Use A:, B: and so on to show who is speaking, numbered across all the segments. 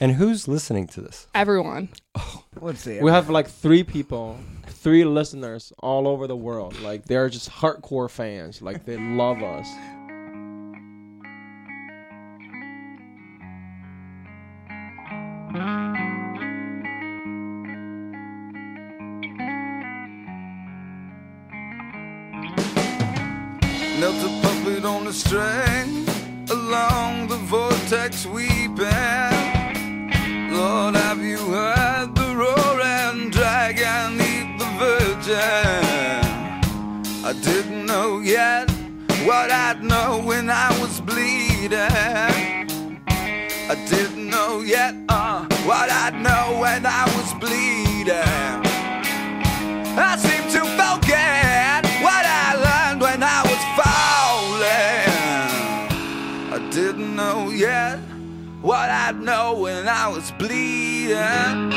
A: And who's listening to this?
B: Everyone.
C: Let's see.
D: We have like three people, three listeners all over the world. Like they're just hardcore fans. Like they love us.
E: Knelt a puppet on a string along the vortex weeping. Lord, have you heard the roaring dragon eat the virgin? I didn't know yet what I'd know when I was bleeding. I didn't know yet uh, what I'd know when I was bleeding. I seem to forget what I learned when I was falling. I didn't know yet what I'd know when I was bleeding.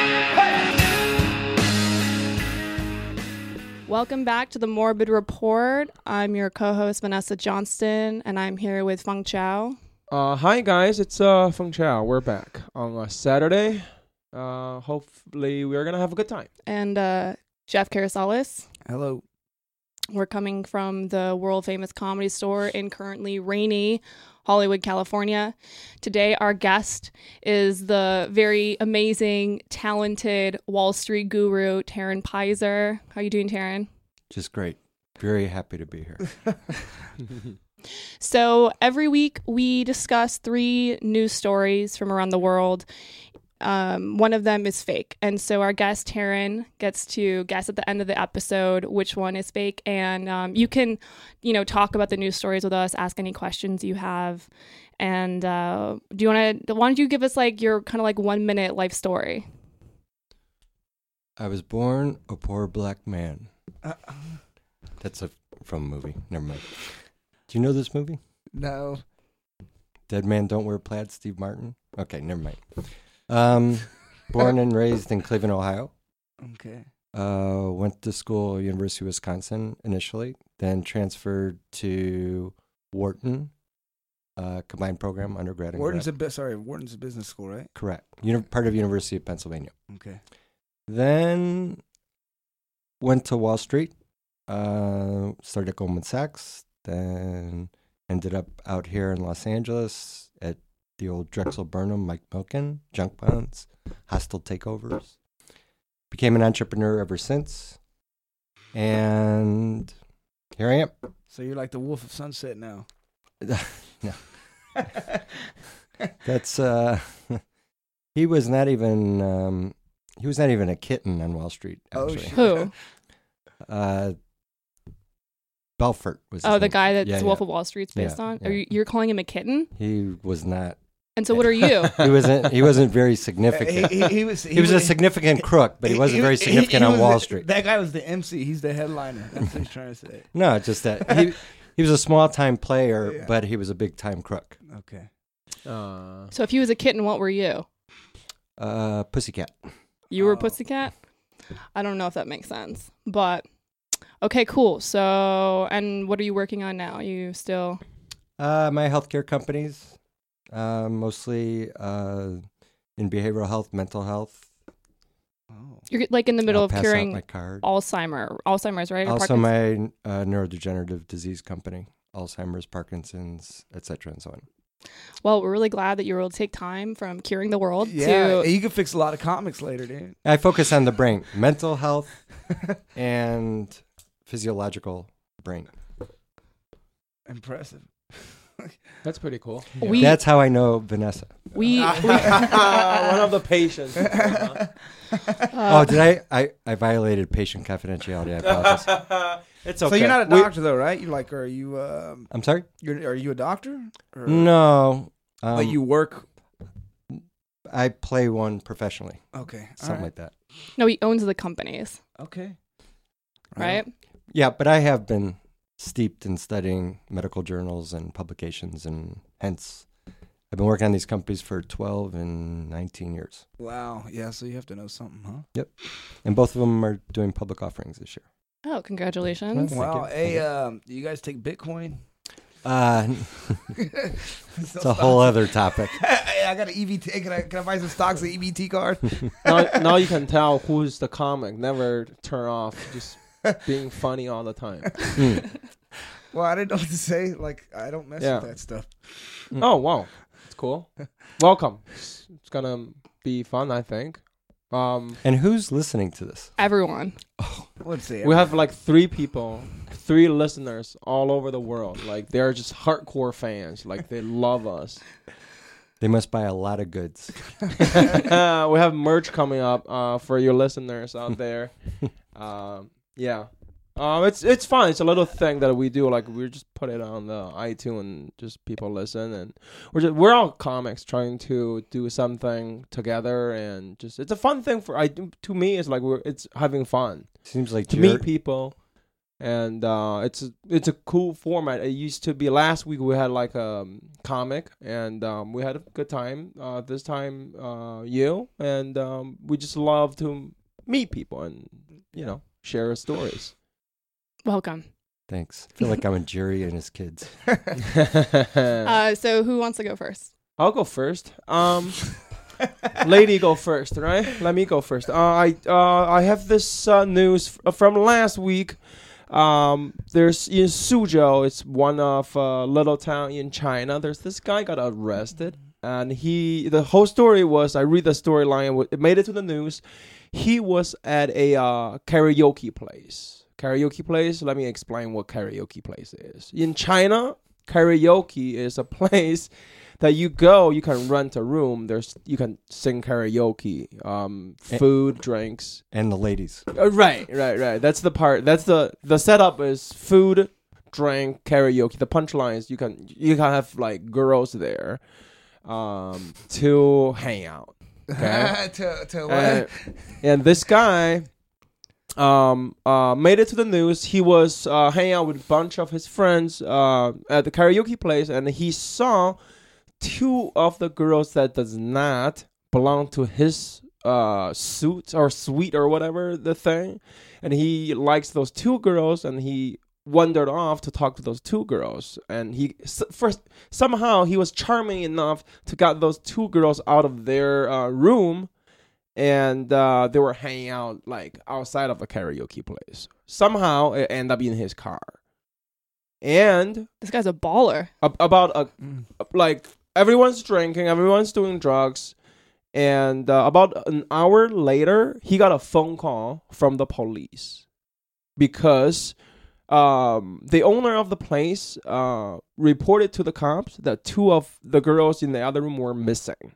B: Welcome back to the Morbid Report. I'm your co-host Vanessa Johnston, and I'm here with Feng Chao.
D: Uh, hi guys, it's uh Feng Chao. We're back on a Saturday. Uh, hopefully we're gonna have a good time.
B: and uh, Jeff Carasalis.
C: Hello.
B: We're coming from the world famous comedy store in currently rainy Hollywood, California. Today, our guest is the very amazing, talented Wall Street guru, Taryn Pizer. How you doing, Taryn?
A: Just great. Very happy to be here.
B: So every week we discuss three news stories from around the world. Um, one of them is fake, and so our guest Taryn gets to guess at the end of the episode which one is fake. And um, you can, you know, talk about the news stories with us, ask any questions you have, and uh, do you want to? Why don't you give us like your kind of like one minute life story?
A: I was born a poor black man. That's a, from a movie. Never mind. Do you know this movie?
C: No.
A: Dead Man Don't Wear Plaid, Steve Martin? Okay, never mind. Um, born and raised in Cleveland, Ohio.
C: Okay.
A: Uh, went to school, University of Wisconsin initially, then transferred to Wharton, uh, combined program, undergrad and
C: Wharton's
A: grad.
C: a bu- sorry. Wharton's a business school, right?
A: Correct. Uni- part of University of Pennsylvania.
C: Okay.
A: Then went to Wall Street, uh, started at Goldman Sachs, then ended up out here in Los Angeles at the old Drexel Burnham, Mike Milken, junk bonds, hostile takeovers. Became an entrepreneur ever since. And here I am.
C: So you're like the Wolf of Sunset now.
A: No. That's uh he was not even um he was not even a kitten on Wall Street
C: Oh,
A: actually.
C: shit.
B: Who?
A: Uh Belfort was his
B: Oh, the
A: name.
B: guy that's
A: Yeah,
B: Wolf
A: yeah.
B: of Wall Street's based
A: Yeah,
B: on.
A: yeah.
B: Are you, you're calling him a kitten?
A: He was not
B: And so, what are you?
A: he wasn't he wasn't very
C: Uh, he,
A: significant.
C: he- he was.
A: He was a significant crook, but he wasn't very
C: was- he-
A: significant
C: he
A: on
C: was
A: Wall
C: the-
A: Street.
C: That guy was the MC. He's the headliner. That's what he's trying to say.
A: No, just that he he was a small time player,
C: Yeah.
A: but he was a big time crook.
C: Okay.
D: Uh,
B: so, if you was a kitten, what were you?
A: Uh pussycat.
B: You were
C: Oh.
B: Pussycat? I don't know if that makes sense. But okay, cool. So, and what are you working on now? You still
A: Uh, my healthcare companies, uh, mostly uh, in behavioral health, mental health.
C: Oh.
B: you're like in the middle
A: I'll
B: of
A: pass
B: curing
A: out my card.
B: Alzheimer. Alzheimer's, right? Or
A: Also,
B: Parkinson's?
A: my uh, neurodegenerative disease company, Alzheimer's, Parkinson's, etc., and so on.
B: well, we're really glad that you were able to take time from curing the world
C: Yeah.
B: to
C: You can fix a lot of comics later, dude.
A: I focus on the brain, mental health, and physiological brain.
C: Impressive.
D: that's pretty cool.
B: we
A: That's how I know Vanessa.
B: we, uh, we
C: Oh,
D: One of the patients.
A: oh,
B: uh,
A: did I, I? I violated patient confidentiality. I apologize.
D: it's okay.
C: So you're not a
D: We-
C: doctor though, right? You like, are you? Um,
A: I'm sorry.
C: you're, are you a doctor? Or,
A: No, um,
C: But you work.
A: I play one professionally,
C: Okay. all
A: something
C: right.
A: like that.
B: no, he owns the
A: Oh.
B: companies,
C: Okay.
B: right?
A: Yeah, but I have been steeped in studying medical journals and publications, and hence I've been working on these companies for 12 and 19 years.
C: Wow. Yeah. So you have to know something, huh?
A: And both of them are doing public offerings this year.
B: Oh, congratulations.
A: Thank
C: Wow.
A: you.
C: Hey, um, do you guys take Bitcoin?
A: Uh, it's a whole other topic.
C: hey, I got an EBT. Can I can I buy some stocks E of EBT card?
D: now, now you can tell who's the comic. Never turn off. Just being funny all the time.
A: hmm.
C: Well, I didn't know what to say. Like I don't mess
D: Yeah.
C: with that stuff.
D: Oh wow, it's cool. Welcome. It's it's gonna be fun, I think. Um,
A: And who's listening to this?
B: Everyone.
C: Let's see.
D: we have like three people, three listeners all over the world. Like they're just hardcore fans. Like they love us.
A: They must buy a lot of goods.
D: we have merch coming up uh, for your listeners out there. um, yeah, um, it's it's fun. It's a little thing that we do. Like we just put it on the iTunes, just people listen, and we're just, we're all comics trying to do something together, and just it's a fun thing for I to me. It's like we're it's having fun
A: Seems like
D: to
A: you're-
D: meet people and uh, it's a, it's a cool format it used to be last week we had like a um, comic and um, we had a good time uh, this time uh, you and um, we just love to meet people and you know share our stories
B: Welcome.
A: Thanks. I feel like I'm a jury and his kids.
B: Uh, so who wants to go first?
D: i'll go first um, lady go first right let me go first uh, i uh, i have this uh, news f- from last week um there's in suzhou it's one of uh, little town in china there's this guy got arrested and he the whole story was i read the storyline it wa- it made it to the news he was at a uh, karaoke place karaoke place let me explain what karaoke place is in china karaoke is a place that you go you can rent a room there's you can sing karaoke um
A: Eh.
D: food drinks
A: And the ladies.
D: uh, right, right, right. That's the part. That's the the setup is food, drink, karaoke. The punchline is you can you can have like girls there, um, to hang out. Okay.
C: to to
D: Uh,
C: what?
D: and this guy um uh made it to the news he was uh hanging out with a bunch of his friends uh at the karaoke place and he saw two of the girls that does not belong to his uh suit or suite or whatever the thing and he likes those two girls and he wandered off to talk to those two girls and he s- first somehow he was charming enough to got those two girls out of their uh, room and uh, they were hanging out like outside of a karaoke place somehow it ended up in his car and
B: This guy's a baller.
D: ab- about a like everyone's drinking, everyone's doing drugs, and uh, about an hour later, he got a phone call from the police because um, the owner of the place uh, reported to the cops that two of the girls in the other room were missing,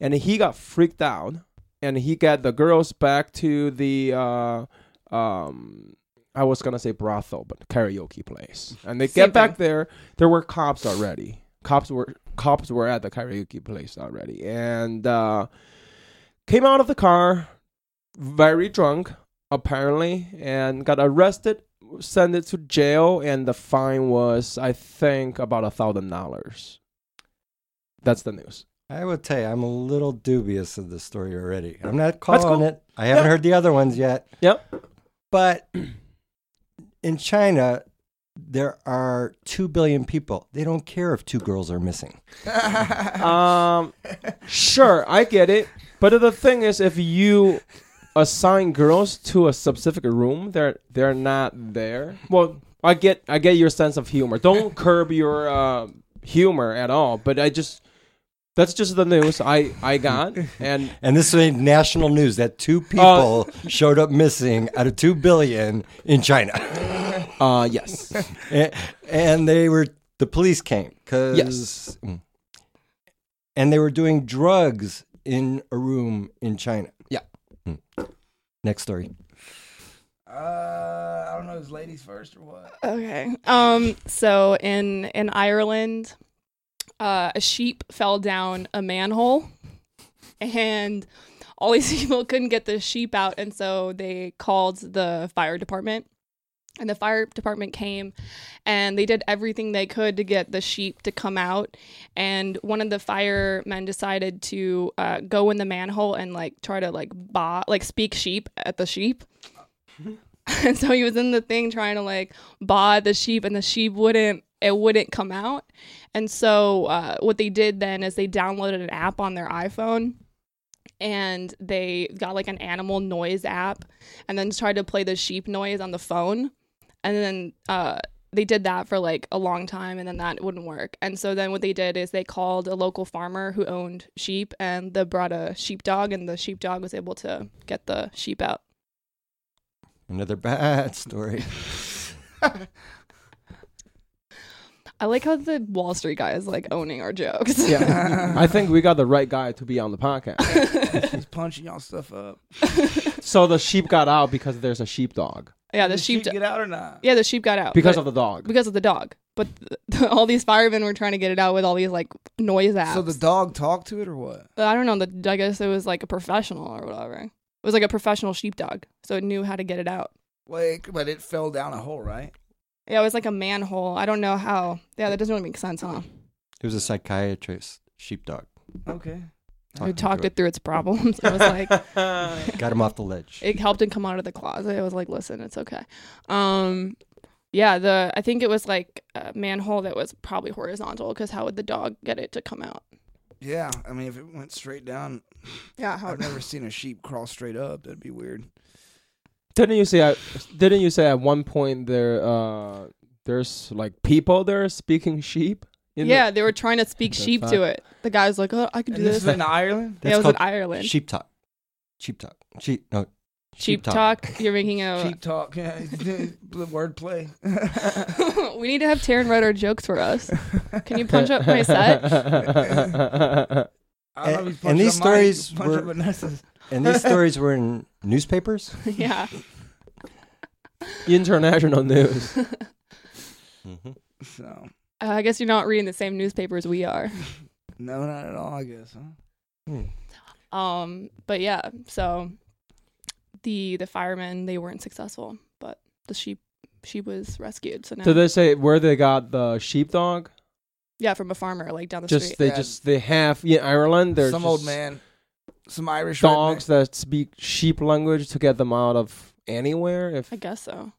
D: and he got freaked out, and he got the girls back to the. Uh, um, I was gonna say brothel, but karaoke place, and they
B: Same
D: get back there. There were cops already. Cops were cops were at the karaoke place already, and uh, came out of the car very drunk apparently and got arrested, sent it to jail, and the fine was I think about a thousand dollars. That's the news.
A: I would say I'm a little dubious of this story already. I'm not calling
D: cool.
A: it. I haven't
D: Yeah.
A: heard the other ones yet.
D: Yep.
A: But in China, there are 2 billion people. They don't care if two girls are missing.
D: Um, sure, I get it, but the thing is, if you assign girls to a specific room, they're they're not there. Well, I get I get your sense of humor. Don't curb your uh, humor at all. But I just that's just the news I I got, and
A: And this is national news that
D: Oh.
A: two people showed up missing out of 2 billion in China.
D: uh yes,
A: and, and they were the police came because
D: Yes.
A: and they were doing drugs in a room in China.
D: Yeah.
A: Mm. Next story.
C: Uh, I don't know. Is ladies first or what?
B: Okay. Um. So in in Ireland, uh, a sheep fell down a manhole, and all these people couldn't get the sheep out, and so they called the fire department. And the fire department came and they did everything they could to get the sheep to come out. And one of the firemen decided to uh, go in the manhole and like try to like ba like speak sheep at the sheep. And so he was in the thing trying to like baw the sheep, and the sheep wouldn't it wouldn't come out. And so uh, what they did then is they downloaded an app on their iPhone and they got like an animal noise app and then tried to play the sheep noise on the phone. And then uh, they did that for like a long time and then that wouldn't work. And so then what they did is they called a local farmer who owned sheep and they brought a sheepdog and the sheepdog was able to get the sheep out.
A: Another bad story.
B: I like how the Wall Street guy is like owning our jokes.
D: Yeah. I think we got the right guy to be on the podcast.
C: He's punching y'all stuff up.
D: so the sheep got out because there's a sheepdog.
B: yeah,
C: Did
B: the sheep.
C: get out or not?
B: yeah, the sheep got out
D: Because
B: but-
D: of the dog.
B: because of the dog. But th- all these firemen were trying to get it out with all these like noise apps.
C: So the dog talked to it or what?
B: But I don't know. The I guess it was like a professional or whatever. It was like a professional sheepdog, so it knew how to get it out.
C: Like, but it fell down a hole, right?
B: Yeah, it was like a manhole. I don't know how. Yeah, that doesn't really make sense, huh?
A: It was a psychiatrist sheepdog.
C: Okay.
B: Who
A: talking to
B: talked
A: it.
B: it through its problems? It was like
A: Got him off the ledge.
B: it helped him come out of the closet. It was like, listen, it's okay. Um, yeah, the I think it was like a manhole that was probably horizontal because how would the dog get it to come out?
C: Yeah, I mean, if it went straight down,
B: Yeah, how
C: I've never seen a sheep crawl straight up. That'd be weird.
D: Didn't you say? At, didn't you say at one point there? Uh, there's like people there speaking sheep. in the-
B: yeah, they were trying to speak
D: The
B: sheep to
D: fuck?
B: it. The guy's like, oh, I can do
C: And this
B: this.
C: is in Ireland.
B: Yeah, it was
A: called
B: in Ireland.
A: sheep talk. Sheep talk. Sheep no.
B: Sheep talk. You're making a.
C: Sheep talk. Yeah, the word play.
B: we need to have Taryn write our jokes for us. Can you punch up my set?
C: I don't know
A: And-
C: if he's punching
A: and these
C: up mine,
A: stories
C: he's punching
A: were-
C: up Vanessa's.
A: And these stories were in newspapers.
B: yeah.
D: International news.
A: Mm-hmm.
C: So
B: Uh, I guess you're not reading the same newspapers we are.
C: no, not at all. I guess. Huh?
A: Hmm.
B: Um, but yeah, so the the firemen they weren't successful, but the sheep she was rescued. So now
D: Did they say where they got the sheepdog?
B: yeah, from a farmer like down the
D: Just
B: street.
D: they
C: Yeah.
D: just they have in Ireland. There's
C: Some old man, some Irish
D: dogs
C: redneck.
D: that speak sheep language to get them out of anywhere. If
B: I guess so.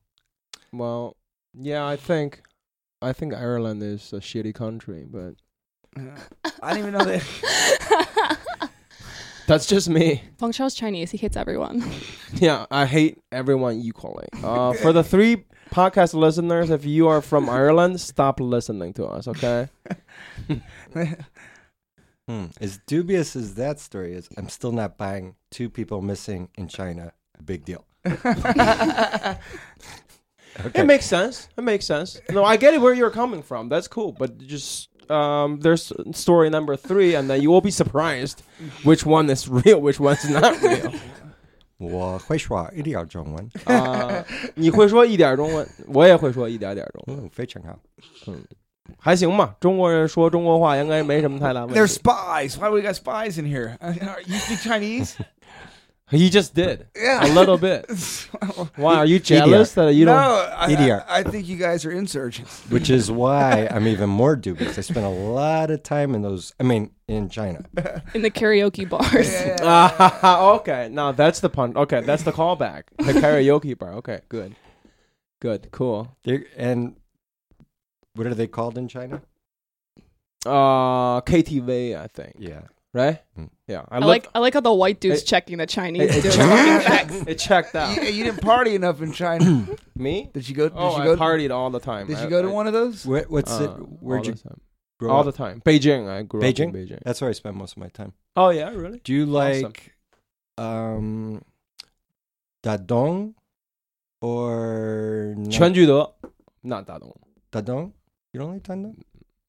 D: well, yeah, I think, I think Ireland is a shitty country, but
C: Yeah. I didn't even know they.
D: that's just me.
B: Feng Shao's Chinese. He hates everyone.
D: Yeah, I hate everyone equally. Uh, for the three podcast listeners, if you are from Ireland, stop listening to us, okay?
A: Hmm. As dubious as that story is, I'm still not buying two people missing in China. A big deal. Okay.
D: It makes sense. It makes sense. No, I get it where you're coming from. That's cool, but just um, there's story number three, and then you will be surprised which one is real, which one's not real.
A: 我会说一点中文。
D: Uh, 你会说一点中文，我也会说一点点中文，还行吧。中国人说中国话应该没什么太大问题。
C: They're spies. Why do we got spies in here? Uh, You speak Chinese?
D: He just did
C: Yeah.
D: a little bit. Why are you jealous that you
C: no,
D: don't?
C: I,
A: Idiot.
C: I, I think you guys are insurgents.
A: Which is why I'm even more dubious. I spent a lot of time in those, I mean, in China.
B: In the karaoke bars.
D: Ah, okay, now that's the pun. Okay, that's the callback. The karaoke bar. Okay, good, good, cool.
A: They're, and what are they called in China?
D: Uh, KTV, I think.
A: Yeah.
D: Right?
A: Mm.
D: Yeah,
B: I like I like how the white dude's
D: It-
B: checking the Chinese
D: It, it
B: dude.
D: checked, it checked out.
C: You, you didn't party enough in China.
D: Me?
C: Did you go? Did
D: Oh,
C: you
D: I
C: go?
D: partied all the time.
C: did
D: I-
C: you go to
D: I-
C: one of those?
A: Where, what's
D: uh,
A: it? Where'd
D: all
A: you
D: the time.
A: grow
D: all
A: up?
D: the time. Beijing. I grew up in Beijing.
A: That's where I spend most of my time.
D: Oh yeah, really?
A: Do you
D: Awesome.
A: like um, Dadong or not
D: 全聚德, not that one.
A: Dadong? You don't like Dadong?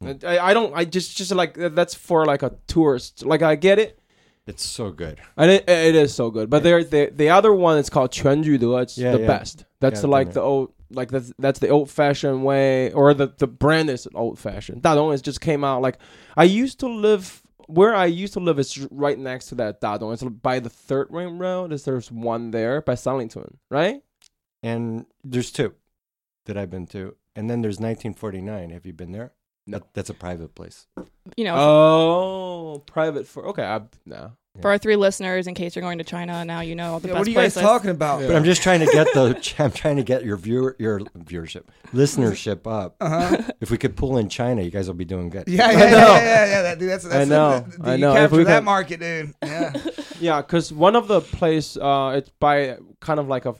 A: Mm.
D: I, I don't. I just just like uh, that's for like a tourist. Like I get it,
A: It's so good.
D: and it, it is so good. But there the the other one is called 全聚德. It's
A: Yeah,
D: the
A: yeah.
D: best. That's
A: Yeah,
D: like
A: I've been
D: the old like that's that's the old fashioned way, or the the brand is old fashioned. That one is just came out like I used to live. Where I used to live is right next to that Dadong. It's by the Third Ring Road. Is there's one there by Sallington, right?
A: And there's two that I've been to. And then there's 1949. Have you been there?
D: No.
A: That, that's a private place.
B: You know,
A: Oh,
D: Oh, private for okay. I, no,
B: For our three listeners, in case you're going to China now, you know all the
C: Yeah,
B: best
C: what are you guys
B: places.
C: talking about?
A: But I'm just trying to get the I'm trying to get your viewer your viewership listenership up.
C: Uh-huh.
A: If we could pull in China, you guys will be doing good.
C: Yeah, yeah,
D: I
C: yeah,
D: know.
C: yeah, yeah, yeah, that, dude. That's, that's
D: know.
C: dude,
D: I
C: you
D: know. If
C: Capture
D: we
C: that
D: can-
C: market, dude. Yeah.
D: Yeah, because one of the place, uh, it's by kind of like a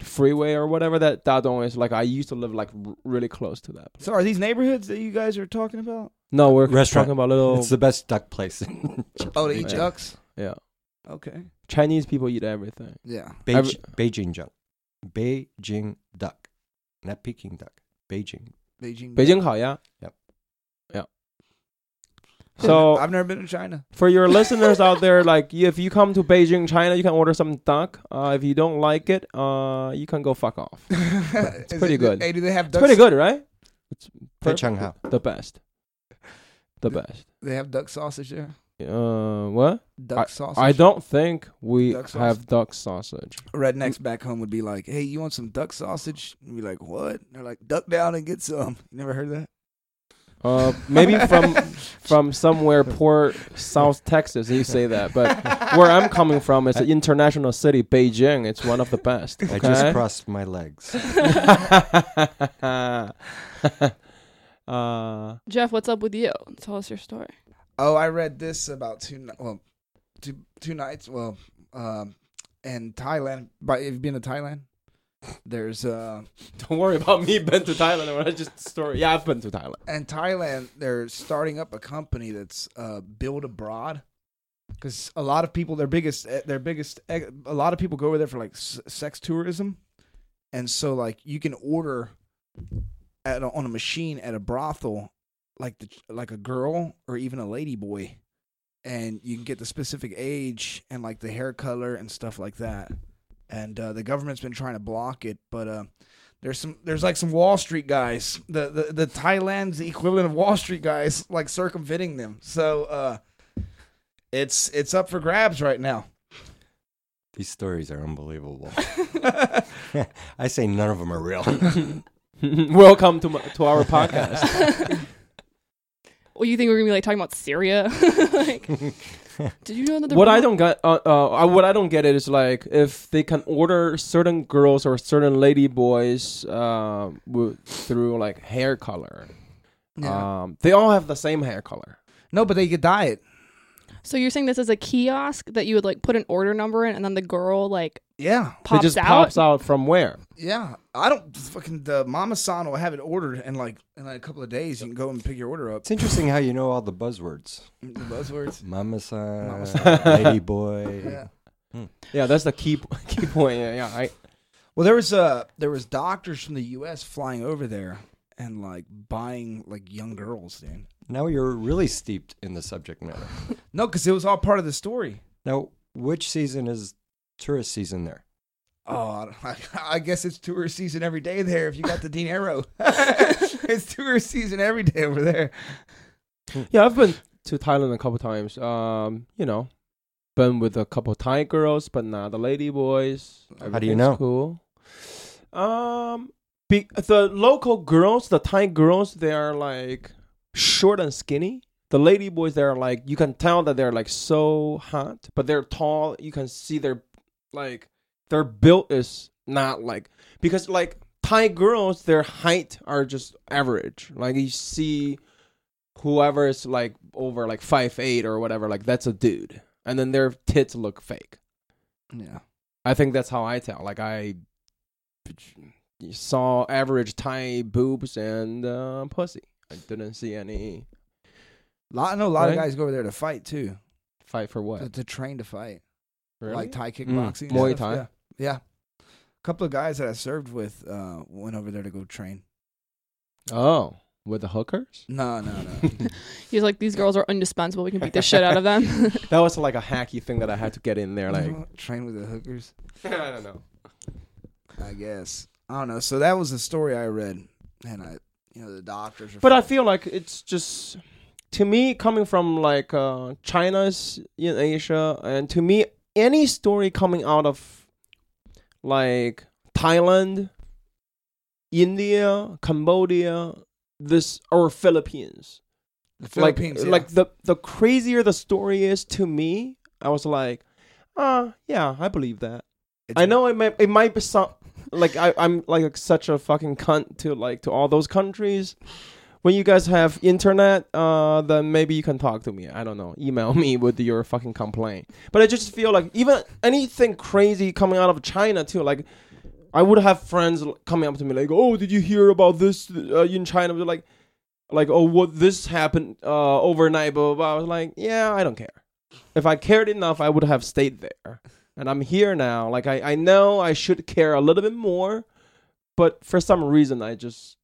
D: freeway or whatever that Dadong is. Like I used to live like r- really close to that.
C: so, are these neighborhoods that you guys are talking about?
D: No, we're
A: Restaurant.
D: talking about little
A: It's the best duck place. in
C: Oh, they eat
D: Yeah.
C: ducks.
D: yeah.
C: Okay.
D: Chinese people eat everything.
C: Yeah.
A: Beijing, Beijing duck. Beijing duck. Not Peking duck. Beijing.
C: Beijing.
D: Beijing 烤鸭. yeah.
A: Mm-hmm. Yep.
D: Yeah.
C: I've
D: So
C: never- I've never been to China.
D: for your listeners out there, like if you come to Beijing, China, you can order some duck. Uh, if you don't like it, uh, you can go fuck off. It's
C: it's
D: pretty good.
C: Hey, do they have ducks?
D: pretty good, right? It's
A: Hey,
D: perfect.
A: Changhao.
D: the best. The best.
C: They have duck sausage there.
D: Uh, what?
C: Duck sausage.
D: I don't think we
C: Duck sausage.
D: have duck sausage.
C: Rednecks back home would be like, "Hey, you want some duck sausage?" And be like, "What?" They're like, "Duck down and get some." You never heard that?
D: Uh, maybe from from somewhere poor South Texas, you say that, but where I'm coming from is an international city, Beijing. It's one of the best.
A: I just
D: okay?
A: crossed my legs.
D: uh,
B: Jeff, what's up with you? Tell us your story.
C: Oh, I read this about two ni- well, two two nights. Well, um, in Thailand. But have you been to Thailand? There's uh,
D: don't worry about me. Been to Thailand? Or I just story. Yeah, I've been to Thailand.
C: in Thailand they're starting up a company that's uh, build abroad. Because a lot of people, their biggest, eh, their biggest, a lot of people go over there for like s- sex tourism, and so like you can order at a, on a machine at a brothel, like the like a girl or even a lady boy, and you can get the specific age and like the hair color and stuff like that. And uh, the government's been trying to block it, but uh, there's some there's like some Wall Street guys, the the, the Thailand's the equivalent of Wall Street guys, like circumventing them. So uh, it's it's up for grabs right now.
A: These stories are unbelievable. I say none of them are real.
D: Welcome to my, to our podcast.
B: Well, you think we're gonna be like talking about Syria? like, did you know that? the
D: what I
B: Roma-
D: don't get, uh, uh, I- what I don't get it is like if they can order certain girls or certain lady boys uh, wi- through like hair color. Um, they all have the same hair color.
C: no, but they could diet.
B: So you're saying this is a kiosk that you would like put an order number in, and then the girl like
C: Yeah,
B: pops
D: it just
B: out.
D: pops out from where?
C: yeah. I don't fucking the Mama San will have it ordered in like in like a couple of days. You can go and pick your order up.
A: It's interesting how you know all the buzzwords.
C: The buzzwords.
A: Mama san,
D: Mama-san.
A: lady boy.
C: Yeah.
D: Yeah, that's the key p- key point. Yeah, yeah. I,
C: Well, there was uh there was doctors from the U.S. flying over there and like buying like young girls. Then
A: Now you're really steeped in the subject matter.
C: no, because it was all part of the story.
A: Now, which season is tourist season there?
C: Oh, I, I guess it's tourist season every day there. If you got the dinero, it's tourist season every day over there.
D: yeah, I've been to Thailand a couple times. Um, you know, been with a couple Thai girls, but not the lady boys.
A: How do you
D: Everything's
A: know?
D: Cool. Um, be, the local girls, the Thai girls, they are like short and skinny. The lady boys, they are like you can tell that they're like so hot, but they're tall. You can see their like their build is not like because like Thai girls, their height are just average. Like you see whoever is like over like five eight or whatever, like that's a dude, and then their tits look fake.
C: Yeah,
D: I think that's how I tell. Like I saw average Thai boobs and uh, pussy. I didn't see any
C: lot, I know a lot of
D: Right?
C: guys go over there to fight too,
D: fight for
C: to,
D: what.
C: to train to fight,
D: Really? Mm.
C: like Thai kickboxing, and
D: Muay
C: stuff.
D: Thai.
C: Yeah. yeah. A couple of guys that I served with uh, went over there to go train.
D: oh, with the hookers?
C: No, no, no.
B: He's like, these girls are indispensable. We can beat the shit out of them.
D: That was like a hacky thing that I had to get in there. Like
C: train with the hookers.
D: I don't know.
C: I guess I don't know. So that was the story I read, and I, you know, the doctors. Are
D: But I feel like it's just to me coming from like uh, China's in Asia, and to me any story coming out of like Thailand, India, Cambodia, this or Philippines,
C: the Philippines,
D: like
C: yeah.
D: like the the crazier the story is to me, I was like, uh, yeah, I believe that.
C: It's-
D: I know it might it might be some like I, I'm like such a fucking cunt to like to all those countries. When you guys have internet, uh, then maybe you can talk to me. I don't know. Email me with your fucking complaint. But I just feel like even anything crazy coming out of China too. Like I would have friends l- coming up to me like, "Oh, did you hear about this uh, in China?" They're like, like, "Oh, what this happened uh, overnight?" Blah, blah blah. I was like, "Yeah, I don't care. If I cared enough, I would have stayed there." and I'm here now. Like I, I know I should care a little bit more, but for some reason I just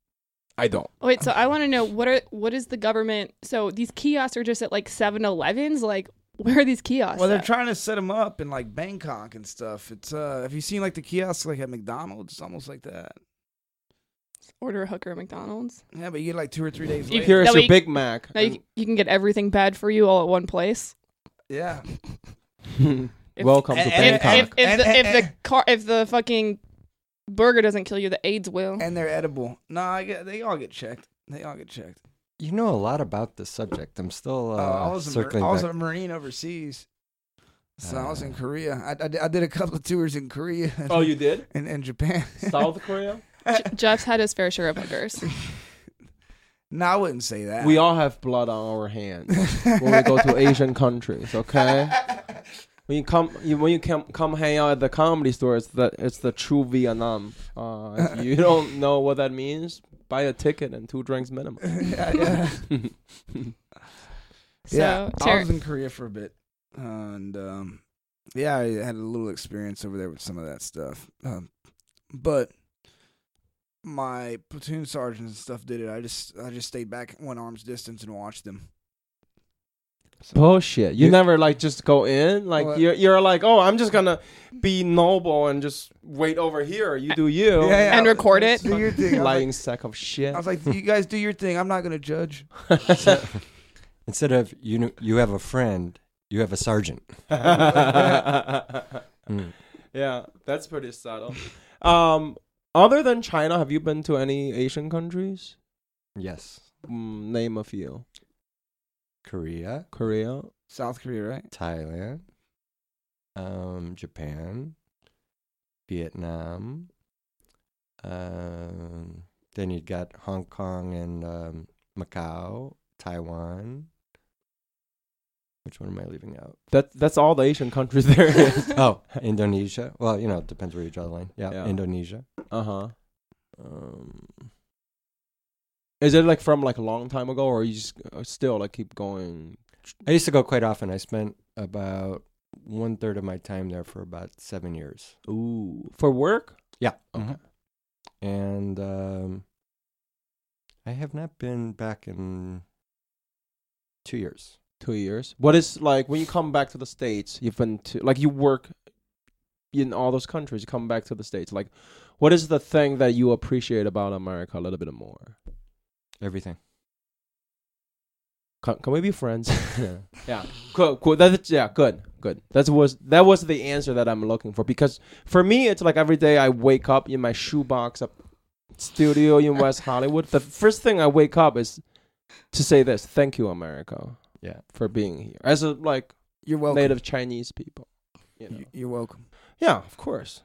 D: I don't.
B: Oh, Wait, so I want to know what are what is the government? So these kiosks are just at like 7-Elevens. Like, where are these kiosks?
C: Well, they're
B: at?
C: trying to set them up in like Bangkok and stuff. It's uh, have you seen like the kiosks like at McDonald's? It's almost like that.
B: order a hooker at McDonald's.
C: Yeah, but you get like two or three days
B: You
C: later.
D: Here's
B: No,
D: your
B: you-
D: Big Mac.
B: Now you, you can get everything bad for you all at one place.
C: yeah,
D: and-
B: If-
D: Welcome to
C: and- and-
D: Bangkok.
B: If, if,
C: And-
B: the,
C: and-
B: if the car if the fucking burger doesn't kill you, the AIDS will.
C: and they're edible. No, I get, they all get checked. They all get checked.
A: You know a lot about this subject. I'm still uh,
C: Uh, I was, a,
A: circling
C: mar- I was
A: back.
C: a Marine overseas, so I was in
A: Ah.
C: Korea. I, I, did- I did a couple of tours in Korea and,
D: oh, you did
C: and, and Japan.
D: South Korea.
B: Je- Jeff's had his fair share of hookers.
C: no, I wouldn't say that.
D: We all have blood on our hands when we go to Asian countries. Okay. When you come, you, when you come, come hang out at the comedy store, it's the it's the true Vietnam. Uh, if you don't know what that means. Buy a ticket and two drinks minimum.
C: yeah, yeah.
B: So,
C: yeah, I
B: Terry,
C: was in Korea for a bit, and um, yeah, I had a little experience over there with some of that stuff. Um, but my platoon sergeants and stuff did it. I just I just stayed back one arm's distance and watched them.
D: Bullshit. You
A: You-
D: never like just go in. Like
C: What?
D: you're you're like, oh, I'm just gonna be noble and just wait over here. You do you.
B: yeah. And record it?
C: Do your thing. I was
D: Lying
C: like-
D: sack of shit.
C: I was like, you guys do your thing. I'm not gonna judge.
A: Instead of you, know, you have a friend. You have a sergeant. Mm.
D: yeah, that's pretty subtle. Um, other than China, have you been to any Asian countries?
A: Yes,
D: Mm, name a few.
A: Korea,
D: Korea.
C: South Korea, right?
A: Thailand, um, Japan, Vietnam. Um, then you got Hong Kong and um, Macau, Taiwan. Which one am I leaving out?
D: That that's all the Asian countries there is.
A: Oh, Indonesia. Well, you know, it depends where you draw the line. Yeah,
D: Yeah.
A: Indonesia.
D: Uh huh.
A: Um,
D: Is it like from like a long time ago, or you just uh, still like keep going?
A: I used to go quite often. I spent about one third of my time there for about seven years.
D: Ooh, for work.
A: Yeah. mm-hmm.
D: Okay.
A: And um, I have not been back in two years.
D: two years. What is like when you come back to the states? You've been to like you work in all those countries. You come back to the states. Like, what is the thing that you appreciate about America a little bit more?
A: Everything.
D: Can, can we be friends? yeah, cool, cool. That's yeah, good, good. That was that was the answer that I'm looking for because for me it's like every day I wake up in my shoebox up studio in West Hollywood. The first thing I wake up is to say this: Thank you, America,
A: Yeah.
D: for being here. As a like
C: You're welcome.
D: native Chinese people. You know.
C: You- You're welcome.
D: yeah, of course,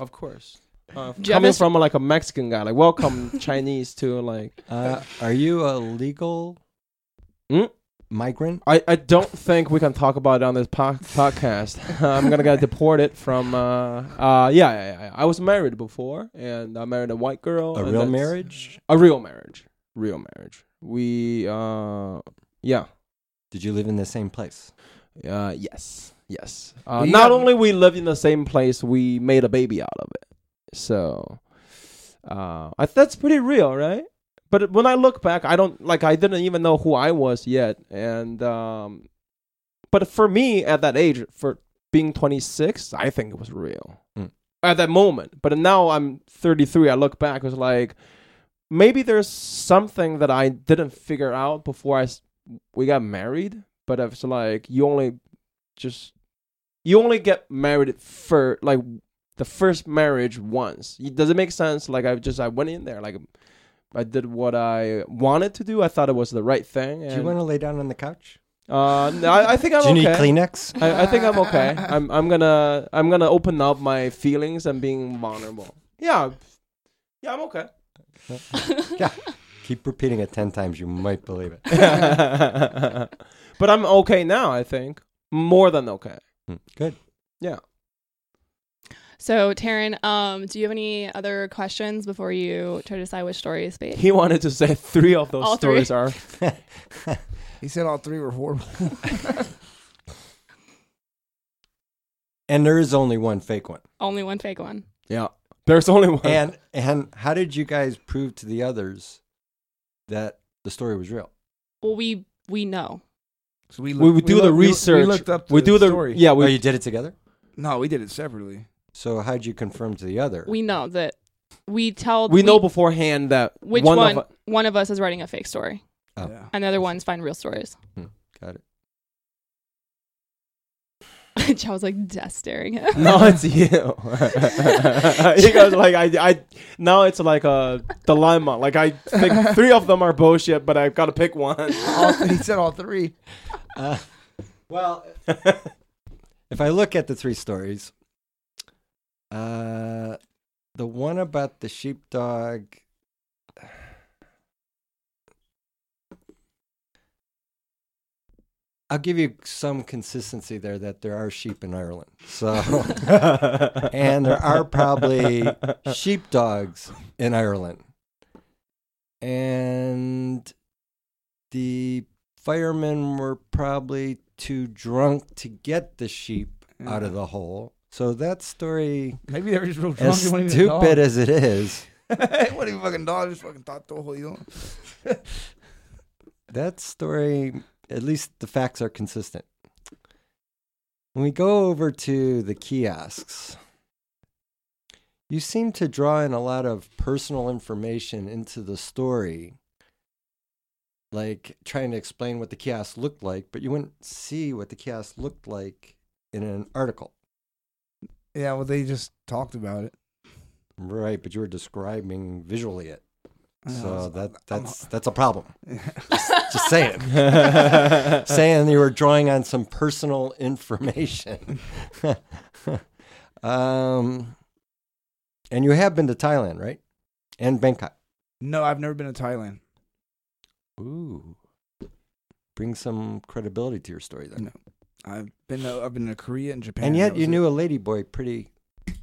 D: of course. Uh,
B: Jeff
D: coming
B: is-
D: from like a Mexican guy, like welcome Chinese to like
A: Uh, are you a legal
D: Hmm?
A: migrant?
D: I, I don't think we can talk about it on this po- podcast. I'm gonna get deported from uh uh yeah, yeah yeah yeah. I was married before and I married a white girl.
A: A
D: and
A: real
D: Oh, that's-
A: marriage?
D: A real marriage. Real marriage. We uh yeah
A: Did you live in the same place?
D: uh yes yes. Uh,
C: Well, you
D: not
C: got-
D: only we lived in the same place, we made a baby out of it. So uh I, that's pretty real, right? But when I look back, I don't like I didn't even know who I was yet, and um, but for me at that age, for being 26, I think it was real
A: Mm.
D: at that moment. But now I'm 33. I look back, it was like maybe there's something that I didn't figure out before I s- we got married. But it's like you only just you only get married for like the first marriage once. It- Does it make sense? Like I just I went in there like. I did what I wanted to do. I thought it was the right thing.
A: Do you
D: and-
A: want to lay down on the couch?
D: Uh, no, I, I think I'm
A: Do you need
D: okay.
A: Kleenex?
D: I, I think I'm okay. I'm I'm gonna I'm gonna open up my feelings and being vulnerable. Yeah, yeah, I'm okay.
A: Keep repeating it 10 times. You might believe it.
D: but I'm okay now. I think more than okay.
A: Hmm, Good.
B: So, Taryn, um, do you have any other questions before you try to decide which story is fake?
D: He wanted to say three of those
B: All three.
D: stories are.
C: He said all three were horrible.
A: and there is only one fake one.
B: Only one fake one.
D: Yeah, there's only one.
A: And and how did you guys prove to the others that the story was real?
B: Well, we we know.
C: So we,
D: we would do the
C: looked- we-
D: research.
C: We looked up.
D: we
C: the
D: do the
C: story.
D: yeah.
A: Oh,
D: We
A: you did it together?
C: No, we did it separately.
A: So how'd you confirm to the other?
B: We know that we tell
D: we know beforehand that
B: which
D: one,
B: one one
D: of
B: of, us is writing a fake story,
A: Oh.
C: Yeah.
B: and the other one's find real stories.
A: Got it.
B: Chow was like death staring at him.
D: no, it's you. he goes like I, I now it's like a dilemma. Like I think three of them are bullshit, but I've got to pick one.
C: All th- he said all three.
A: Uh, well, if I look at the three stories, uh, the one about the sheepdog. I'll give you some consistency there that there are sheep in Ireland. So, and there are probably sheepdogs in Ireland. And the firemen were probably too drunk to get the sheep out of the hole. So that story,
C: Maybe they were just real drunk.
A: as
C: They weren't even a
A: stupid as it is,
C: dog. what even fucking dog? Just fucking thought the whole you know.
A: that story, at least the facts are consistent. When we go over to the kiosks, you seem to draw in a lot of personal information into the story, like trying to explain what the kiosk looked like, but you wouldn't see what the kiosk looked like in an article.
C: Yeah, well, they just talked about it.
A: Right, but you were describing visually it.
C: I know,
A: So
C: it's-
A: that
C: I'm-
A: that's that's a problem.
C: Yeah.
A: Just saying. saying you were drawing on some personal information. um and you have been to Thailand, right? And Bangkok.
C: No, I've never been to Thailand.
A: Ooh. Bring some credibility to your story then.
C: No, I've been to, I've been to Korea and Japan.
A: And yet
C: that
A: you
C: was it.
A: knew a ladyboy pretty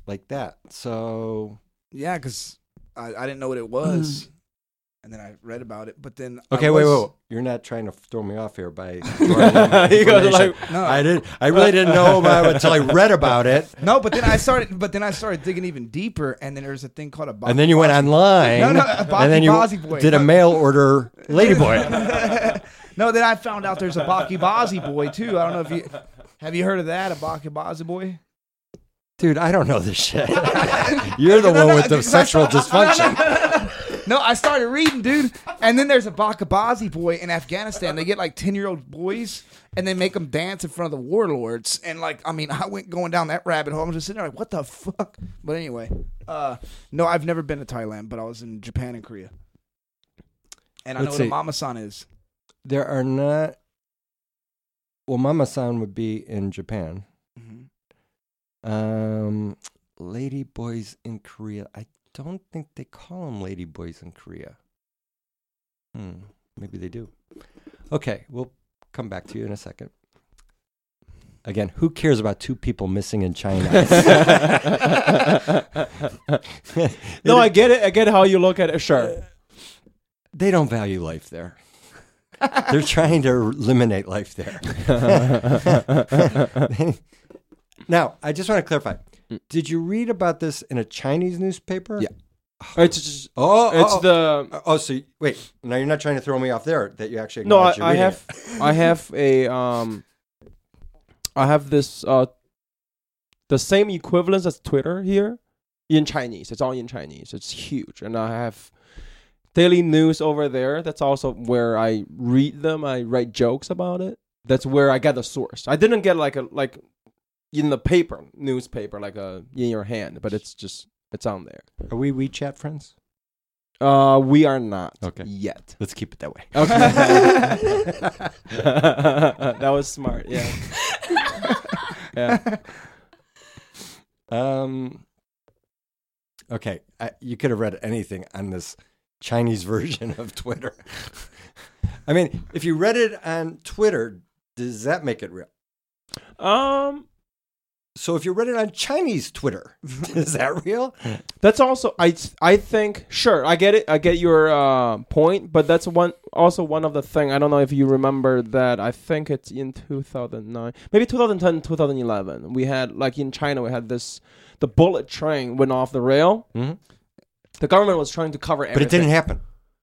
A: like that. So
C: Yeah, because I, I didn't know what it was, and then I read about it. But then
A: Hmm.
C: I
A: Okay, wait, wait,
C: was-
A: wait. You're not trying to throw me off here by
D: he goes like
C: No,
A: I did I really didn't know about it until I read about it.
C: no. But then I started. But then I started digging even deeper, and then there's a thing called a. Baki
A: and then you went online.
C: No, no,
A: and then you
C: Bazi boy.
A: did a mail order ladyboy.
C: no, then I found out there's a Baki Bazi boy too. I don't know if you have you heard of that, a Baki Bazi boy.
A: Dude, I don't know this shit. You're the
C: No,
A: one
C: no,
A: with the
C: because I
A: sexual dysfunction.
C: No, I started reading, dude. And then there's a Bakabazi boy in Afghanistan. They get like 10 year old boys and they make them dance in front of the warlords. And like, I mean, I went going down that rabbit hole. I'm just sitting there like, what the fuck? But anyway, uh, no, I've never been to Thailand, but I was in Japan and Korea. And I
A: Let's
C: know
A: see.
C: what a mama san is.
A: There are not. Well, Mama san would be in Japan.
C: Mm-hmm.
A: Um, ladyboys in Korea. I don't think they call them ladyboys in Korea. Hmm, maybe they do. Okay, we'll come back to you in a second. Again, who cares about two people missing in China?
D: No, I get it. I get how you look at it. Sure.
A: they don't value life there. They're trying to eliminate life there. now, I just want to clarify. Did you read about this in a Chinese newspaper?
D: Yeah. It's just,
A: Oh,
D: it's
A: oh,
D: the
A: oh, oh, so you, wait. Now you're not trying to throw me off there that you actually
D: no. I,
A: acknowledge you're
D: I
A: reading
D: have I have a um. I have this uh, the same equivalence as Twitter here in Chinese. It's all in Chinese. It's huge, and I have daily news over there. That's also where I read them. I write jokes about it. That's where I get the source. I didn't get like a like in the paper uh, newspaper like a in your hand, but it's just it's on there.
A: it. Are we WeChat friends?
D: Uh, we are not.
A: Okay.
D: Yet.
A: Let's keep it that way.
D: Okay. that was smart. Yeah. yeah.
A: Um, okay, I, you could have read anything on this Chinese version of Twitter. I mean, if you read it on Twitter, does that make it real?
D: Um.
A: So if you read it on Chinese Twitter, is that real?
D: That's also I I think sure I get it I get your uh, point but that's one also one of the thing I don't know if you remember that I think it's in 2009 maybe 2010 2011 we had like in China we had this the bullet train went off the rail
A: Mhm.
D: the government was trying to cover
A: But
D: everything
A: it didn't happen.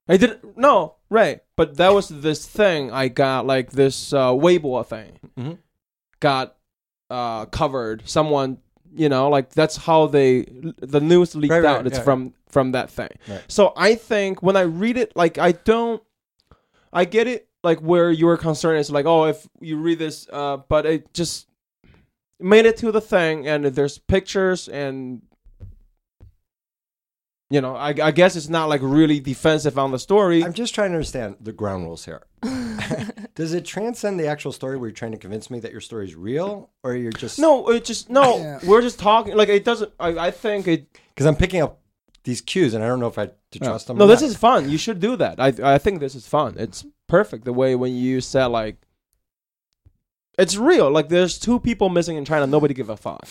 D: I didn't. No, right. But that was this thing I got, like this uh, Weibo thing,
A: Mhm.
D: got uh, covered. Someone, you know, like that's how they the news leaked
A: Right, right,
D: out. it's
A: yeah,
D: from from that thing.
A: Right.
D: So I think when I read it, like I don't, I get it. Like where your concern is, like oh, if you read this, uh, but it just made it to the thing, and there's pictures and you know, I, I guess it's not like really defensive on the story.
A: I'm just trying to understand the ground rules here. Does it transcend the actual story where you're trying to convince me that your story is real, or you're just
D: no, it just no.
C: Yeah.
D: We're just talking. Like it doesn't. I, I think it.
A: Because I'm picking up these cues, and I don't know if I to trust them.
D: No,
A: or
D: this
A: not.
D: is fun. You should do that. I I think this is fun. It's perfect the way when you said like. It's real. Like there's two people missing in China. Nobody give a fuck.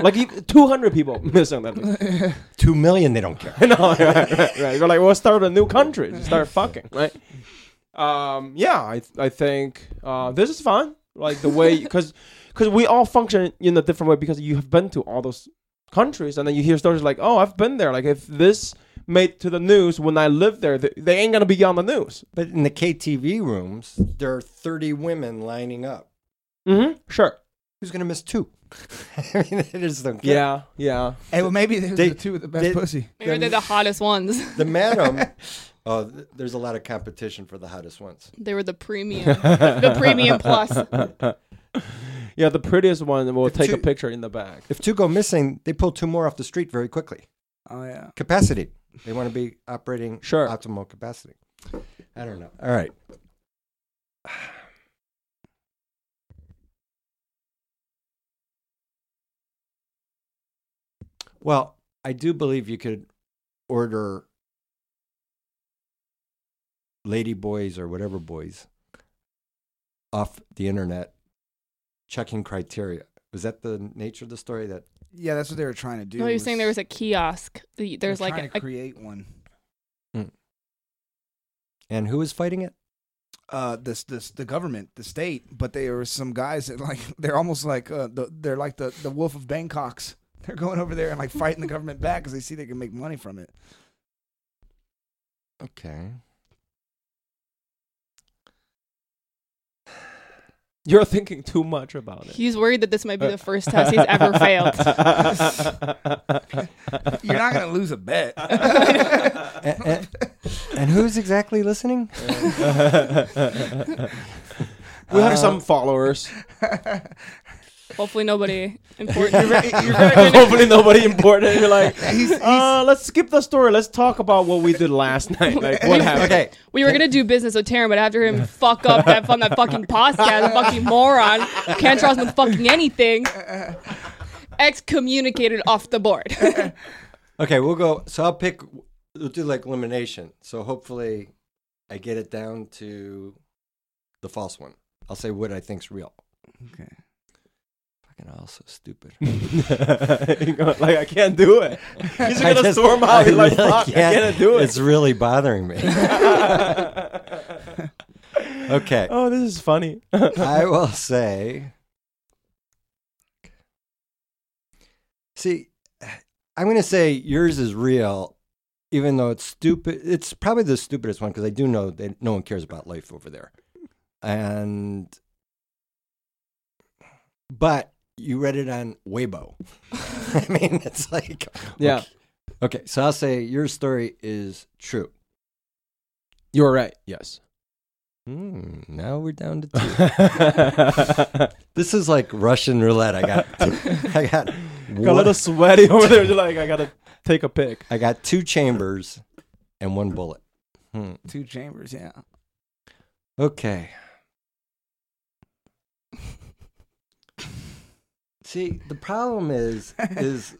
D: Like you, 200 people missing. That
A: two million. They don't care.
D: no, right, right, right. You're like, we'll start a new country. Just start fucking, right? Um, yeah, I, th- I think uh, this is fun. Like the way, because because we all function in a different way because you have been to all those countries and then you hear stories like, oh, I've been there. Like if this made to the news when I lived there, th- they ain't gonna be on the news.
A: But in the KTV rooms, there are 30 women lining up.
D: Mm-hmm. Sure.
A: Who's going to miss two? I mean, it is the
D: Yeah. Yeah.
C: Hey, well, maybe they,
A: They-
C: the two with the best
A: they-
C: pussy.
B: Maybe they're the hottest ones.
A: The madam, oh, th- there's a lot of competition for the hottest ones.
B: they were the premium, the premium plus.
D: yeah. The prettiest one will
A: If
D: take a
A: two-
D: picture in the back.
A: If two go missing, they pull two more off the street very quickly.
C: Oh yeah.
A: Capacity. They want to be operating
D: Sure.
A: optimal capacity. I don't know. All right. Well, I do believe you could order lady boys or whatever boys off the internet checking criteria. Was that the nature of the story that
C: Yeah, that's what they were trying to do.
B: No, you're saying there was a kiosk. The- There's
C: they're
B: like
C: trying
B: a,
C: to create one.
A: and who was fighting it?
C: Uh, this this the government, the state, but there were some guys that like they're almost like uh, the, they're like the the wolf of Bangkok's. They're going over there and like fighting the government back because they see they can make money from it.
A: Okay.
D: You're thinking too much about it.
B: he's worried that this might be
A: Uh,
B: the first test he's ever failed.
C: You're not gonna lose a bet.
A: and, and- and who's exactly listening?
D: we have some followers.
B: Hopefully, nobody
C: You're,
B: important.
C: very- you're very-
D: Hopefully, nobody important. You're like,
C: he's-
D: uh, let's skip the story. Let's talk about what we did last night. Like, what happened?
A: Okay,
B: We were gonna do business with Taryn, but after him fuck up that on that fucking podcast, fucking moron, can't trust him with fucking anything. Excommunicated off the board.
A: okay, we'll go. So I'll pick. We'll do like elimination. So hopefully, I get it down to the false one. I'll say what I think's real.
C: Okay.
A: Fucking all so stupid.
D: You're going, like, I can't do it. He's
A: I
D: gonna
A: just-
D: storm out.
A: I
D: He's Oh,
A: really
D: like, fuck, I can't do it.
A: It's really bothering me. Okay,
D: oh, this is funny.
A: I will say. See, I'm going to say yours is real, even though it's stupid. It's probably the stupidest one because I do know that no one cares about life over there. And, but you read it on Weibo. I mean, it's like,
D: Yeah.
A: Okay, okay, so I'll say your story is true.
D: You're right. Yes.
A: Hmm, now we're down to two. This is like Russian roulette. I got, I got,
D: Got a
A: one-
D: little sweaty over there. You're like, I gotta take a pic.
A: I got two chambers, and one bullet. Hmm.
C: Two chambers, yeah.
A: Okay. See, the problem is is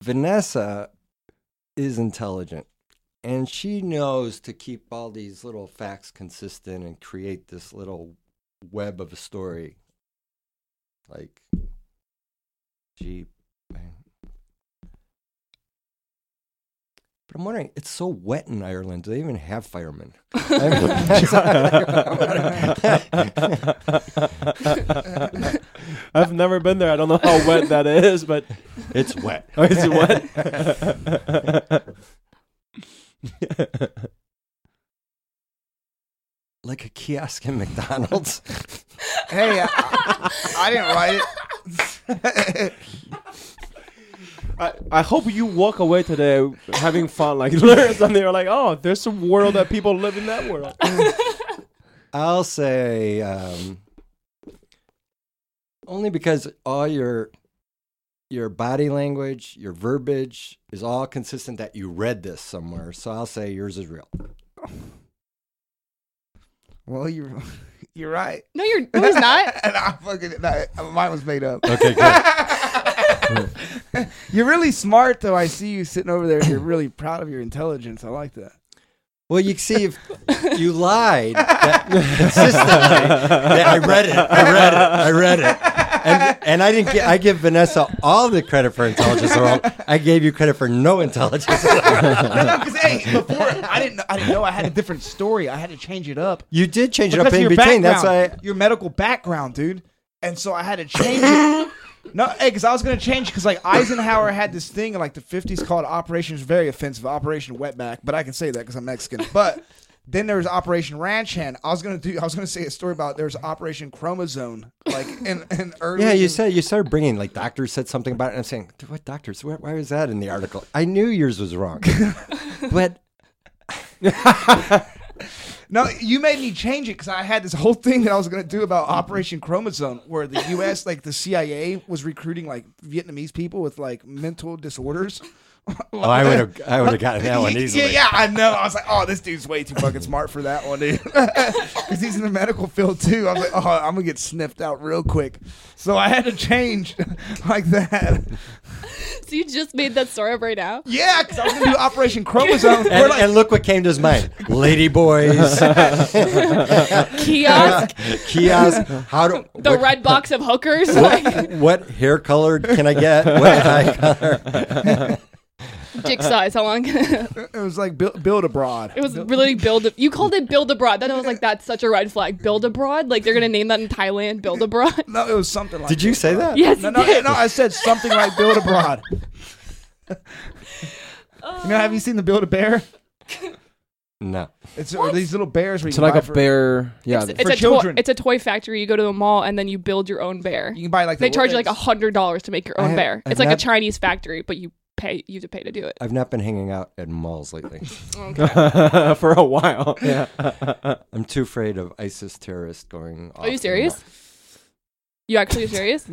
A: Vanessa is intelligent and she knows to keep all these little facts consistent and create this little web of a story. Like she But I'm wondering, it's so wet in Ireland. Do they even have firemen?
D: I've never been there. I don't know how wet that is, but
A: It's wet.
D: oh, is it wet?
A: like a kiosk in McDonald's.
C: Hey, I, I- I didn't write it.
D: I, I hope you walk away today having fun, like learn something. You're like, oh, there's a world that people live in that world.
A: I'll say um, only because all your your body language, your verbiage is all consistent that you read this somewhere. So I'll say yours is real.
C: well, you're you're right.
B: No, you're no, he's not.
C: and I fucking no, mine was made up.
A: Okay, good.
C: you're really smart, though. I see you sitting over there. You're really proud of your intelligence. I like that.
A: well, you see, if you lied that, consistently, that I read it. I read it. I read it. And, and I didn't. Get, I give Vanessa all the credit for intelligence in the world. I gave you credit for no intelligence. uh-huh.
C: no, because hey, before I didn't, I didn't know I had a different story. I had to change it up.
A: You did change it
C: Because
A: up
C: of
A: in
C: your
A: between. That's why.
C: background, your medical background, dude. And so I had to change it. No, hey, because I was gonna change because like Eisenhower had this thing in like the fifties called Operation. It's very offensive, Operation Wetback. But I can say that because I'm Mexican. But then there was Operation Ranch Hand. I was gonna do. I was gonna say a story about there was Operation Chromosome, like in in early.
A: Yeah, you said you started bringing like doctors said something about it. And I'm saying, "Dude, what doctors? Where, why was that in the article? I knew yours was wrong, but
C: No, you made me change it because I had this whole thing that I was going to do about Operation Chromosome, where the U.S. like the CIA was recruiting like Vietnamese people with like mental disorders.
A: oh, I would have, I would have gotten that one
C: Yeah,
A: easily.
C: Yeah, I know. I was like, oh, this dude's way too fucking smart for that one, dude. Because he's in the medical field too. I was like, oh, I'm gonna get sniffed out real quick. So I had to change like that.
B: So you just made that story up right now.
C: Yeah, because I was gonna do Operation Chromosome.
A: And,
C: We're like,
A: and look what came to his mind: lady boys,
B: Kiosk,
A: kiosk. How do
B: the
A: what,
B: red box of hookers. Like,
A: what hair color can I get? What eye color?
B: jigsaw is how long? it
C: it was like build, build abroad.
B: was really build. You called it build abroad. Then I was like, that's such a red flag. Build abroad. Like they're gonna name that in Thailand. Build abroad.
C: No, it was something like.
A: Did you
C: that.
A: say that?
B: Yes,
C: No,
B: it
C: no,
B: did.
C: no, I said something like Build a Broad. you know, have you seen the Build a Bear?
A: No.
C: It's or these little bears where
D: It's
C: you
D: like
C: buy
D: a
C: for-
D: bear. Yeah.
B: It's
C: For
B: a
C: children.
B: Toy, it's a toy factory. You go to a mall and then you build your own bear.
C: You can buy like the
B: they charge you like
C: legs.
B: a hundred dollars to make your
A: I
B: own
A: have-
B: bear.
A: I've
B: It's like a
A: not-
B: Chinese factory, but you pay you have to pay to do it.
A: I've not been hanging out at malls lately.
D: for a while. Yeah.
A: I'm too afraid of ISIS terrorists going. Off
B: Are you
A: the
B: serious? You actually serious?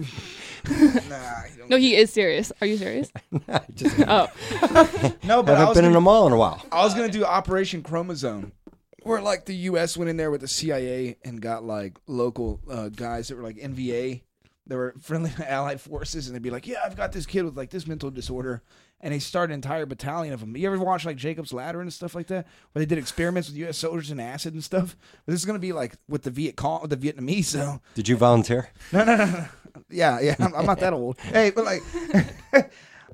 C: Nah, you don't-
B: No, he is serious. Are you serious?
A: mall. I just
B: Oh,
C: no, but I
A: haven't
C: was,
A: been in
C: gonna,
A: a mall in a while.
C: I was gonna do Operation Chromosome, where like the U.S. went in there with the CIA and got like local uh, guys that were like NVA. They were friendly allied forces, and they'd be like, "Yeah, I've got this kid with like this mental disorder," and they start an entire battalion of them. You ever watch like Jacob's Ladder and stuff like that, where they did experiments with U.S. soldiers and acid and stuff? But this is gonna be like with the Viet Cong, with the Vietnamese. So
A: Did you volunteer?
C: no, no, no, no. Yeah, yeah. I'm, I'm not that old. Hey, but like,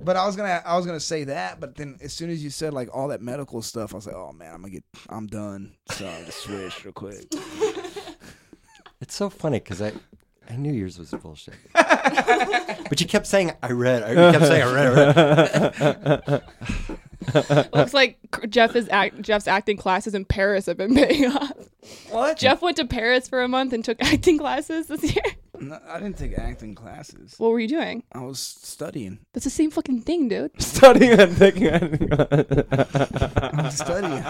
C: but I was gonna, I was gonna say that, but then as soon as you said like all that medical stuff, I was like, oh man, I'm gonna get, I'm done. So I just switched real quick.
A: It's so funny because I, I knew yours was bullshit. but you kept saying I read. I you kept saying I read. I read.
B: looks like Jeff is act, Jeff's acting classes in Paris have been paying off.
C: What?
B: Jeff went to Paris for a month and took acting classes this year.
C: No, I didn't take acting classes.
B: What were you doing?
C: I was studying.
B: That's the same fucking thing, dude.
D: Studying and thinking.
C: I'm studying.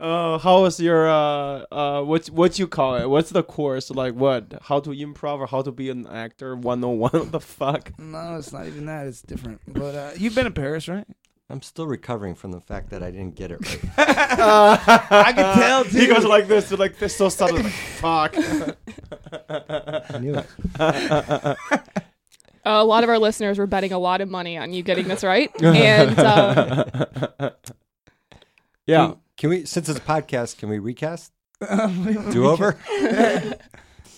D: Uh, how was your uh uh what what you call it? What's the course like? What how to improv or how to be an actor 101? What the fuck?
C: No, it's not even that. It's different. But uh, you've been in Paris, right?
A: I'm still recovering from the fact that I didn't get it right.
D: I
C: can tell,
D: He
C: dude.
D: goes like this, like this, so subtle. Like, fuck.
A: I knew it.
B: a lot of our listeners were betting a lot of money on you getting this right. and um,
D: yeah.
A: Can, can we, since it's a podcast, can we recast?
C: Do
A: Do over?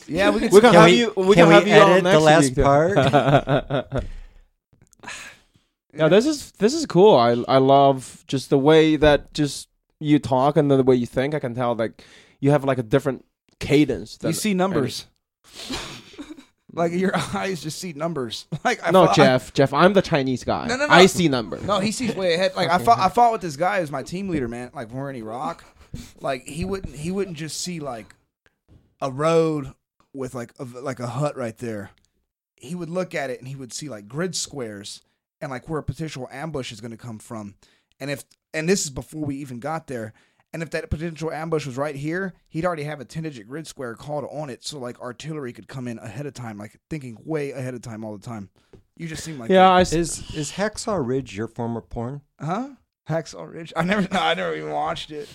C: Yeah, we can.
D: We can,
A: Can
D: have
A: we-
D: you.
A: can
D: We can,
A: we
D: have you on
A: edit the
D: next
A: last
D: week.
A: part?
D: no, this is this is cool. I I love just the way that just you talk and the way you think. I can tell like you have like a different cadence. That,
C: You see numbers. like your eyes just see numbers. Like I
D: no,
C: fought-
D: Jeff. Jeff, I'm the Chinese guy.
C: No, no, no.
D: I see numbers.
C: No, he sees way ahead. Like I fought, I fought with this guy as my team leader, man. Like when we're in Iraq, like he wouldn't, he wouldn't just see like a road with like a, like a hut right there. He would look at it and he would see like grid squares and like where a potential ambush is going to come from. And if and this is before we even got there. And if that potential ambush was right here, he'd already have a 10 digit grid square called on it so like artillery could come in ahead of time, like thinking way ahead of time all the time. You just seem like
D: Yeah, I see.
A: Is is Hacksaw Ridge your former porn?
C: Huh? Hacksaw Ridge. I never, no, I never even watched it.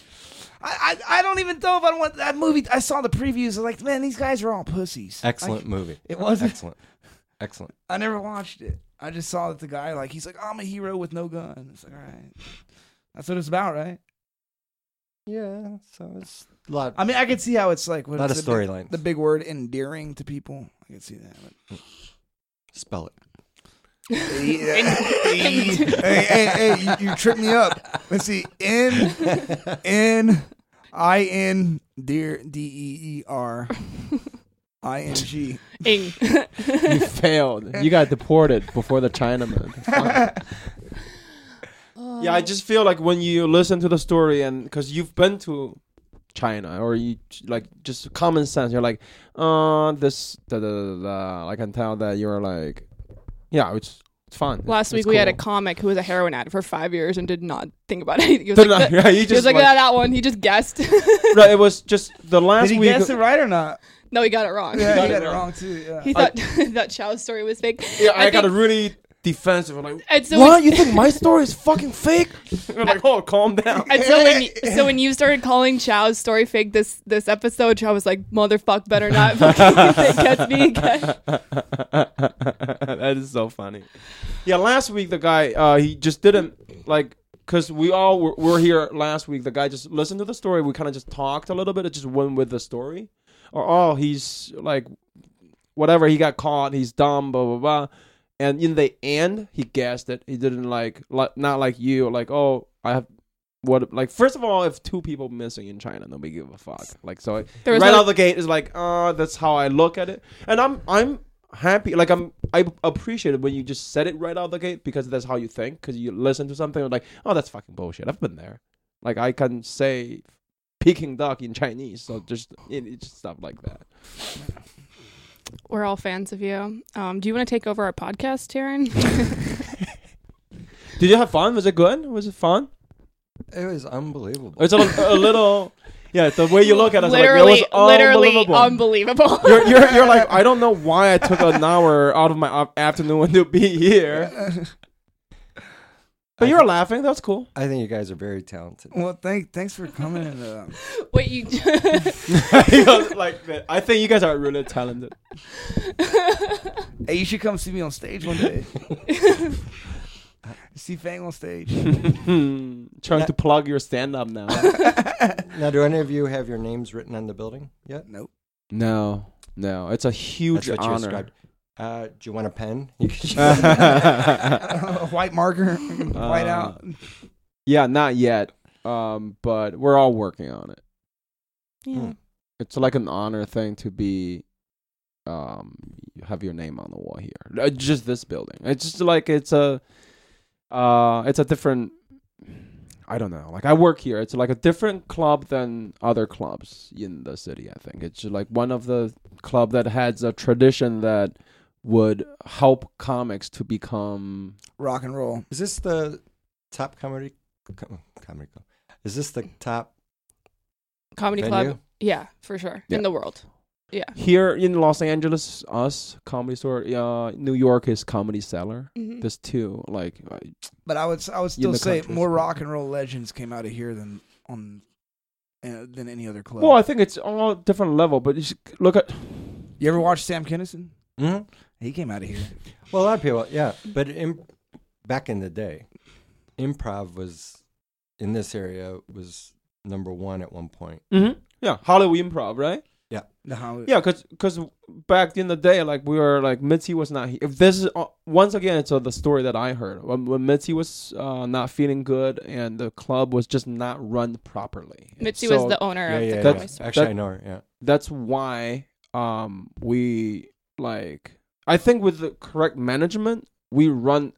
C: I, I, I don't even know if I want that movie. I saw the previews. I was like, man, these guys are all pussies.
A: Excellent
C: Like,
A: movie.
C: it wasn't.
A: Excellent. Excellent.
C: I never watched it. I just saw that the guy, like, he's like, I'm a hero with no gun. It's like, all right. That's what it's about, right?
A: Yeah, so it's a lot,
C: I mean, I could see how it's like. What
A: lot of
C: it's the big-
A: storylines.
C: The big word endearing to people. I could see that. But
A: Spell it.
C: hey, hey, hey, you, you tripped me up. Let's see. N N I N dear D E E R I N G.
B: ing.
D: you failed. You got deported before the Chinaman. yeah, I just feel like when you listen to the story and because you've been to China or you like just common sense, you're like, uh, this, da, da, da, da. I can tell that you're like, yeah, it's it's fun.
B: Last
D: It's-
B: week
D: it's
B: we had a
D: cool.
B: comic who was a heroin addict for five years and did not think about anything. He was
D: Did
B: like,
D: not-
B: "That-
D: uh, yeah, he
B: he was
D: just
B: like,
D: like-
B: "Yeah, that one. He just guessed.
D: No, it was just the last
C: Did he
D: week.
C: guess it right or not?
B: no, he got it wrong.
C: Yeah,
D: got
C: he
D: it
C: got it
D: wrong.
C: wrong too. Yeah.
B: He thought that Chow's story was fake.
D: Yeah, I, got
B: think-
D: a really defensive. I'm like,
B: And so
D: what?
B: we-
D: You think my story is fucking fake? You're like, oh, calm down.
B: And so when, so when you started calling Chow's story fake this this episode, Chow was like, "Motherfuck, better not fucking catch me again."
D: that is so funny. Yeah, last week the guy uh, he just didn't like because we all were, were here last week. The guy just listened to the story. We kind of just talked a little bit. It just went with the story. Or oh, he's like whatever. He got caught. He's dumb. Blah blah blah. And in the end, he guessed it. He didn't like li- not like you. Like oh, I have. What like first of all, if two people missing in China, nobody give a fuck. Like so,
B: There was
D: right
B: no-
D: out the gate is like, uh, that's how I look at it, and I'm I'm happy. Like I'm I appreciate it when you just said it right out the gate because that's how you think. Because you listen to something and like, oh, that's fucking bullshit. I've been there. Like I can say Peking duck in Chinese, so just it, it's just stuff like that.
B: We're all fans of you. Um, do you want to take over our podcast, Taryn?
D: Did you have fun? Was it good? Was it fun?
A: It was unbelievable.
D: It's a, a little, yeah. The way you look at us,
B: literally,
D: like, it was
B: literally
D: unbelievable.
B: unbelievable.
D: you're, you're, you're like, I don't know why I took an hour out of my op- afternoon to be here. But you're laughing. That's cool.
A: I think you guys are very talented.
C: Well, thank thanks for coming. And, uh,
B: Wait, you.
D: He goes like, that. I think you guys are really talented.
C: hey, you should come see me on stage one day. see Fang on stage.
D: Hmm. Trying to plug your stand up now.
A: Now, do any of you have your names written on the building yet?
C: Nope.
D: No, no. It's a huge
A: That's what you
D: honor.
A: described. Uh, do you want a pen? You can-
C: White marker. White out.
D: Uh. yeah, not yet. Um, but we're all working on it. Hmm.
B: Yeah.
D: It's like an honor thing to be um have your name on the wall here. Uh, Just this building. It's just like it's a uh it's a different I don't know. Like I work here. It's like a different club than other clubs in the city, I think. It's like one of the club that has a tradition that would help comics to become
C: Rock and roll.
A: Is this the top comedy? Com- comedy club? Is this the top
B: comedy club.
A: Venue?
B: Yeah, for sure.
D: Yeah.
B: In the world. Yeah.
D: Here in Los Angeles, us comedy store. Uh, New York is comedy cellar.
B: Mhm.
D: There's two. Like, uh,
C: But I would s- I would
D: In
C: still
D: the
C: say
D: country.
C: more rock and roll legends came out of here than on uh, than any other club.
D: well, I think it's all different level. But you should look at
C: you ever watch Sam Kinison?
A: hmm
C: He came out of here.
A: Well, a lot of people, yeah. But in, back in the day, improv was in this area was number one at one point.
D: mm-hmm. yeah Hollywood improv, right?
C: The Hollywood.
D: Yeah, cause, 'cause back in the day, like we were like Mitzi was not here. If this is uh, once again, it's uh, the story that I heard when, when Mitzi was uh, not feeling good and the club was just not run properly.
B: Mitzi
D: So
B: was the owner
A: yeah,
B: of the
A: yeah,
B: comedy
A: yeah.
B: store.
A: Actually,
D: That-
A: I know her. Yeah.
D: That's why um we like I think with the correct management, we run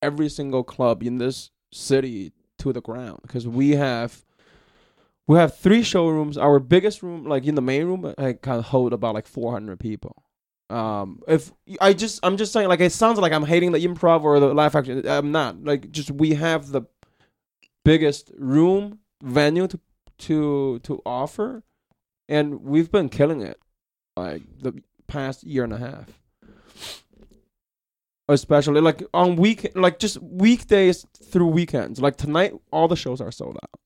D: every single club in this city to the ground because we have we have three showrooms. Our biggest room, like in the main room, I can hold about like 400 people. Um, if I just, I'm just saying, like it sounds like I'm hating the improv or the live action. I'm not. Like, just we have the biggest room venue to to to offer, and we've been killing it, like the past year and a half. Especially like on week, like just weekdays through weekends. Like tonight, all the shows are sold out,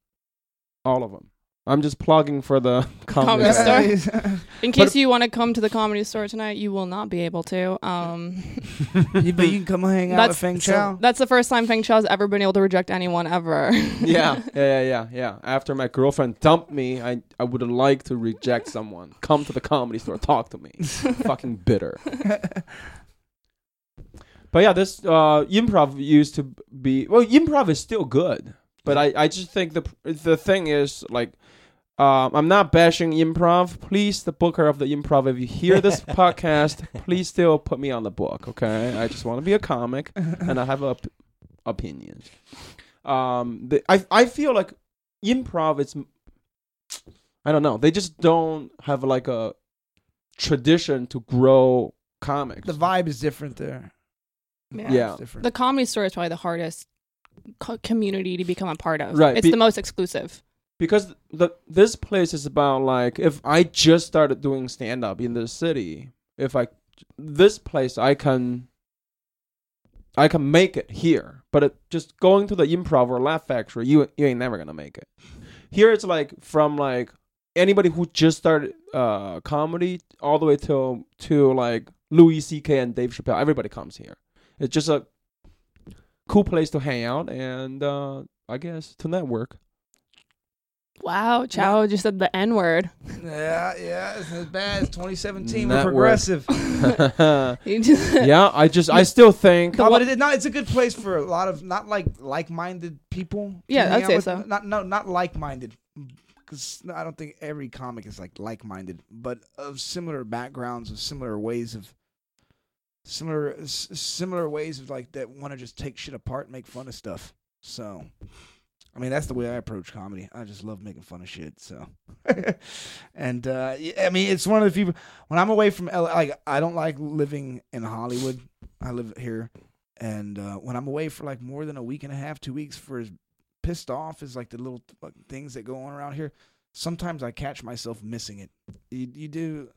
D: all of them. I'm just plugging for the comedy.
B: Comedy
D: store.
B: store. In case
D: But-
B: you want to come to the comedy store tonight, you will not be able to. Um,
C: you, but you can come hang out with Feng
B: so-
C: Chao.
B: that's the first time Feng Chao's ever been able to reject anyone ever.
D: yeah, yeah, yeah, yeah, yeah. After my girlfriend dumped me, I I would like to reject someone. Come to the comedy store, talk to me. Fucking bitter. But yeah, this uh, improv used to be well, improv is still good, but I, I just think the the thing is like. Um, I'm not bashing improv. Please, the booker of the improv, if you hear this podcast, please still put me on the book, okay? I just want to be a comic and I have op- opinions. Um, the, I I feel like improv is, I don't know, they just don't have like a tradition to grow comics.
C: the vibe is different there. The vibe
D: Yeah.
C: is different.
B: the comedy store is probably the hardest co- community to become a part of.
D: Right,
B: It's
D: be-
B: the most exclusive.
D: because the this place is about like if I just started doing stand up in this city, if I this place I can I can make it here, but it, just going to the improv or laugh factory, you you ain't never gonna make it. Here it's like from like anybody who just started uh comedy all the way to to like Louis C.K. and Dave Chappelle. Everybody comes here. It's just a cool place to hang out and uh I guess to network.
B: Wow, Chao just said the N word.
C: yeah, yeah, it's as bad. It's 2017.
D: Not
C: We're
D: worth-
C: progressive.
B: yeah.
D: yeah, I just I still think
C: No,
B: one-
C: but it, no, it's a good place for a lot of not like like-minded people. to
B: Yeah,
C: hang
B: I'd
C: out
B: say
C: with.
B: so.
C: Not no, not like-minded, because I don't think every comic is like like-minded, but of similar backgrounds, of similar ways of similar s- similar ways of like that want to just take shit apart and make fun of stuff. So, I mean, that's the way I approach comedy. I just love making fun of shit. So, and uh, yeah, I mean, it's one of the few when I'm away from LA, like I don't like living in Hollywood. I live here, and uh, when I'm away for like more than a week and a half, two weeks, for as pissed off as like the little th- things that go on around here, sometimes I catch myself missing it. You, you do.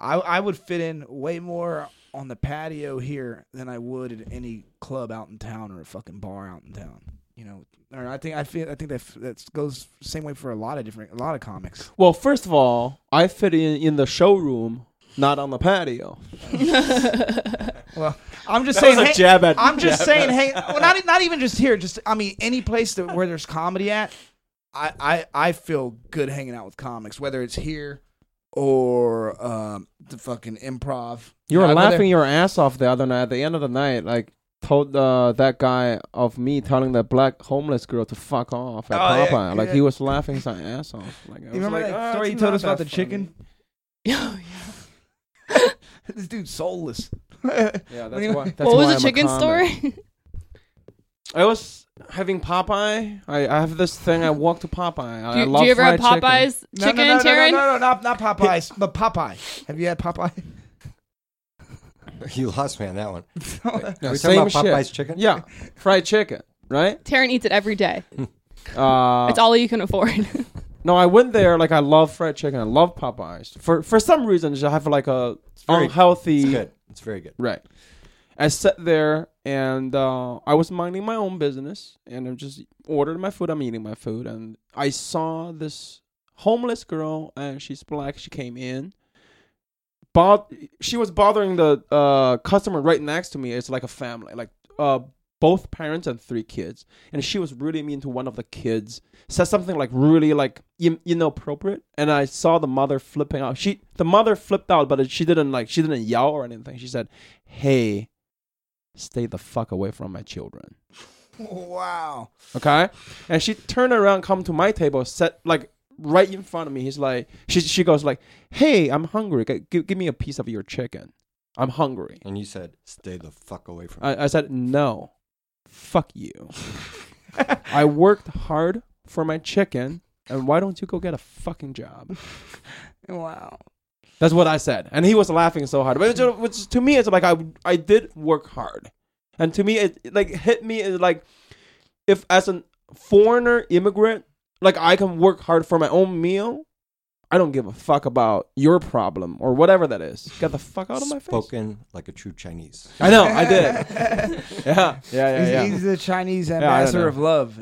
C: I I would fit in way more on the patio here than I would at any club out in town or a fucking bar out in town. You know, or I think I feel I think that f- that goes same way for a lot of different a lot of comics.
D: well, first of all, I fit in in the showroom, not on the patio.
C: Well, I'm just
D: That was
C: saying.
D: a
C: hey-
D: jab at-
C: I'm just
D: jab
C: saying.
D: at-
C: Hey, well, not not even just here. Just I mean, any place that, where there's comedy at, I, I I feel good hanging out with comics, whether it's here or um, the fucking improv.
D: You were
C: I go there-
D: laughing your ass off the other night. At the end of the night, like told uh, that guy of me telling that black homeless girl to fuck off at
C: Oh, yeah,
D: Popeye. Like
C: yeah.
D: he was laughing his ass off. Like I
C: You
D: was
C: remember
D: like,
C: that
D: "Ah,
C: story
D: it's
C: you told
D: not
C: us about
D: that
C: the chicken?
B: yeah.
C: this dude's soulless.
D: funny." Yeah,
C: Anyway.
D: that's why. That's
B: What was
D: why
B: the
D: I'm a
B: chicken
D: comic.
B: story?
D: I was having Popeye. I, I have this thing. I walk to Popeye. I
B: do, you,
D: love
B: do you ever have
D: fried chicken.
B: Popeyes chicken,
C: No, no, no,
B: and Taryn?
C: No, no, no, no, not not Popeyes, but Popeye. Have you had Popeye?
A: You lost me on that one. Are we
D: same
A: talking about
D: shit.
A: Popeye's chicken?
D: Yeah, fried chicken, right?
B: Taryn eats it every day.
D: Uh,
B: it's all you can afford.
D: No, I went there. Like I love fried chicken. I love Popeyes. For for some reason, I have like a
A: very-
D: unhealthy.
A: It's good. It's very good.
D: Right. I sat there and uh, I was minding my own business and I'm just ordered my food. I'm eating my food and I saw this homeless girl and she's black. She came in. Bo- she was bothering the uh, customer right next to me. It's like a family, like uh, both parents and three kids. And she was really mean to one of the kids. Said something like really like in- inappropriate. And I saw the mother flipping out. She the mother flipped out, but she didn't like she didn't yell or anything. She said, "Hey, stay the fuck away from my children."
C: Wow.
D: Okay? And she turned around, come to my table, sat like right in front of me. He's like, she she goes like, "Hey, I'm hungry. G- give, give me a piece of your chicken. I'm hungry."
A: And you said, "Stay the fuck away from." me.
D: I, I said, "No, fuck you. I worked hard for my chicken." And why don't you go get a fucking job?
C: Wow.
D: That's what I said, and he was laughing so hard. But it's, which to me, it's like I I did work hard, and to me, it, it like hit me is like if as a foreigner immigrant, like I can work hard for my own meal. I don't give a fuck about your problem or whatever that is. Get the fuck out of my face.
A: Spoken like a true Chinese.
D: I know, I did. Yeah, yeah, yeah,
C: he's,
D: yeah.
C: he's the Chinese
D: don't know.
C: ambassador of love.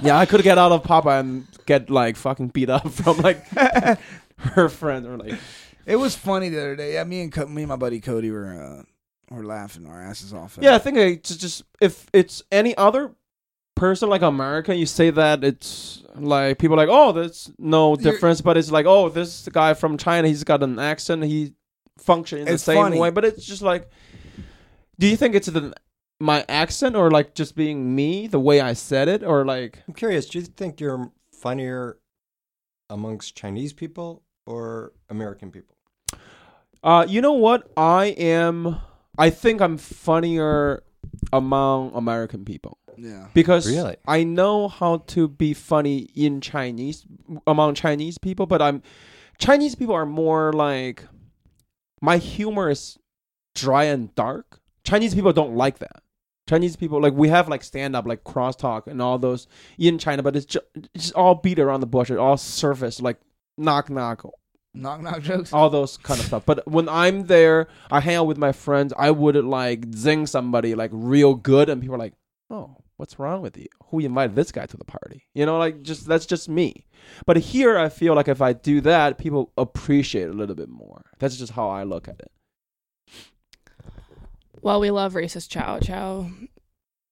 D: Yeah, I could get out of Papa and get like fucking beat up from like her friend or like
C: It was funny the other day. Yeah, me and Co- me and my buddy Cody were uh, were laughing our asses off. at
D: Yeah, I think it's just if it's any other person like American, you say that it's like people are like, oh, there's no
C: You're-
D: difference, but it's like, oh, this guy from China, he's got an accent, he functions in the
C: It's
D: same
C: funny.
D: way, but it's just like, do you think it's the my accent or like just being me, the way I said it, or like
A: I'm curious. Do you think you're funnier amongst Chinese people or American people?
D: Uh, you know what? I am. I think I'm funnier among American people
C: yeah.
D: because
A: Really?
D: I know how to be funny in Chinese among Chinese people, but I'm Chinese people are more like my humor is dry and dark. Chinese people don't like that. Chinese people like we have like stand up, like crosstalk, and all those in China, but it's just, it's just all beat around the bush, it all surface like knock knock
C: Knock knock jokes.
D: all those kind of stuff. But when I'm there, I hang out with my friends. I would like zing somebody like real good, and people are like, "Oh, what's wrong with you? Who invited this guy to the party?" You know, like just that's just me. But here, I feel like if I do that, people appreciate it a little bit more. That's just how I look at it.
B: Well, we love racist Chow. Chow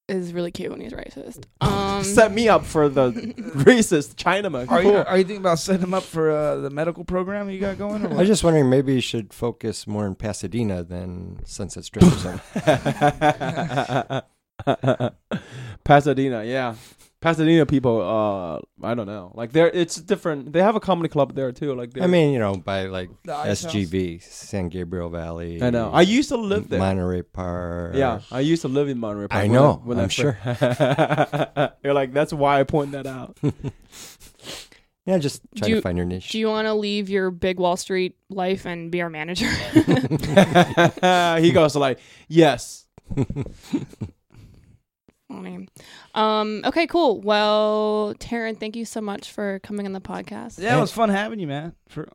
B: is really cute when he's racist. Um,
D: Set me up for the racist Chinaman.
C: Are you
D: Cool.
C: are you thinking about setting him up for uh, the medical program you got going? Or
A: I
C: what?
A: was just wondering, maybe you should focus more in Pasadena than Sunset Strip or something.
D: Pasadena, yeah. Pasadena people, uh, I don't know. Like there, it's different. They have a comedy club there too. Like
A: I
D: they're-
A: mean, you know, by like
C: The ice house.
A: SGV, San Gabriel Valley.
D: I know. I used to live there.
A: Monterey Park.
D: yeah, I used to live in Monterey. Park
A: I
D: when
A: know,
D: when
A: I'm
D: sure. You're like, that's why I point that out.
A: Yeah, just try
B: Do
A: to
B: you-
A: find your niche.
B: do you want to leave your big Wall Street life and be our manager?
D: he goes like, yes.
B: Funny. um, okay, cool. Well, Taryn, thank you so much for coming on the podcast.
C: yeah, it was fun having you, man. For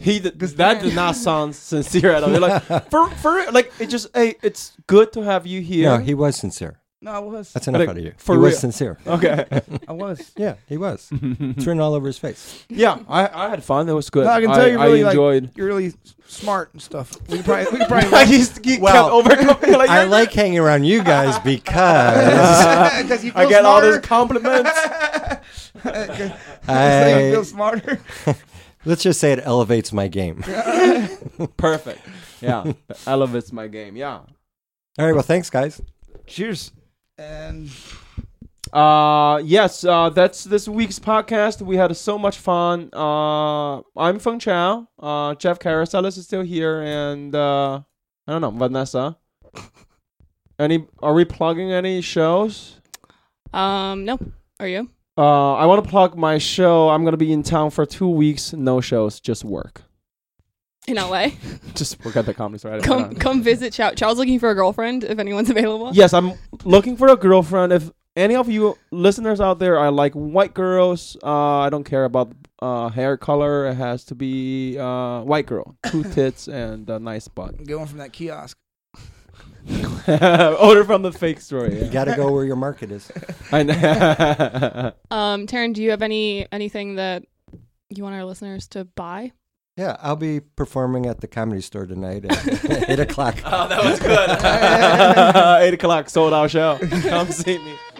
D: He did, that did not sound sincere at all. You're like, for for like, it just hey, it's good to have you here.
A: no, he was sincere.
C: no, I was.
A: That's enough
D: Like,
A: out of you.
D: for
A: he
D: real.
A: was sincere.
D: okay.
C: I was.
A: Yeah, he was. it's written all over his face.
D: Yeah, I, I had fun. That was good.
C: No, I can tell you really
D: I
C: like-
D: enjoyed.
C: You're really smart and stuff. We could probably we could probably
D: I used to keep
A: Well,
D: overcoming. Like,
A: I
D: you're-
A: like hanging around you guys because
C: because you feel
D: I get all these
C: smarter.
D: compliments.
C: So you
A: I,
C: feel smarter.
A: let's just say it elevates my game.
D: Perfect. Yeah, that elevates my game. Yeah.
A: All right, well, thanks, guys.
C: Cheers. And
D: Uh yes, uh that's this week's podcast. We had so much fun. Uh I'm Feng Chao. Uh Jeff Carousellus is still here and uh I don't know, Vanessa. Any are we plugging any shows?
B: Um, no, are you?
D: Uh I want to plug my show. I'm going to be in town for 2 weeks, no shows, just work.
B: In LA,
D: Just work at the comedy store. I don't know.
B: come come visit Chow. Chow's looking for a girlfriend. If anyone's available,
D: Yes, I'm looking for a girlfriend. If any of you listeners out there are like white girls, uh, I don't care about uh, hair color. It has to be uh, white girl, two tits and a nice butt.
C: Going from that kiosk.
D: Order from the fake story.
A: You
D: yeah.
A: got to go where your market is.
D: I know.
B: Um, Taryn, do you have any anything that you want our listeners to buy?
A: Yeah, I'll be performing at the comedy store tonight at 8 o'clock.
D: Oh, that was good. Eight o'clock sold out show. Come see me.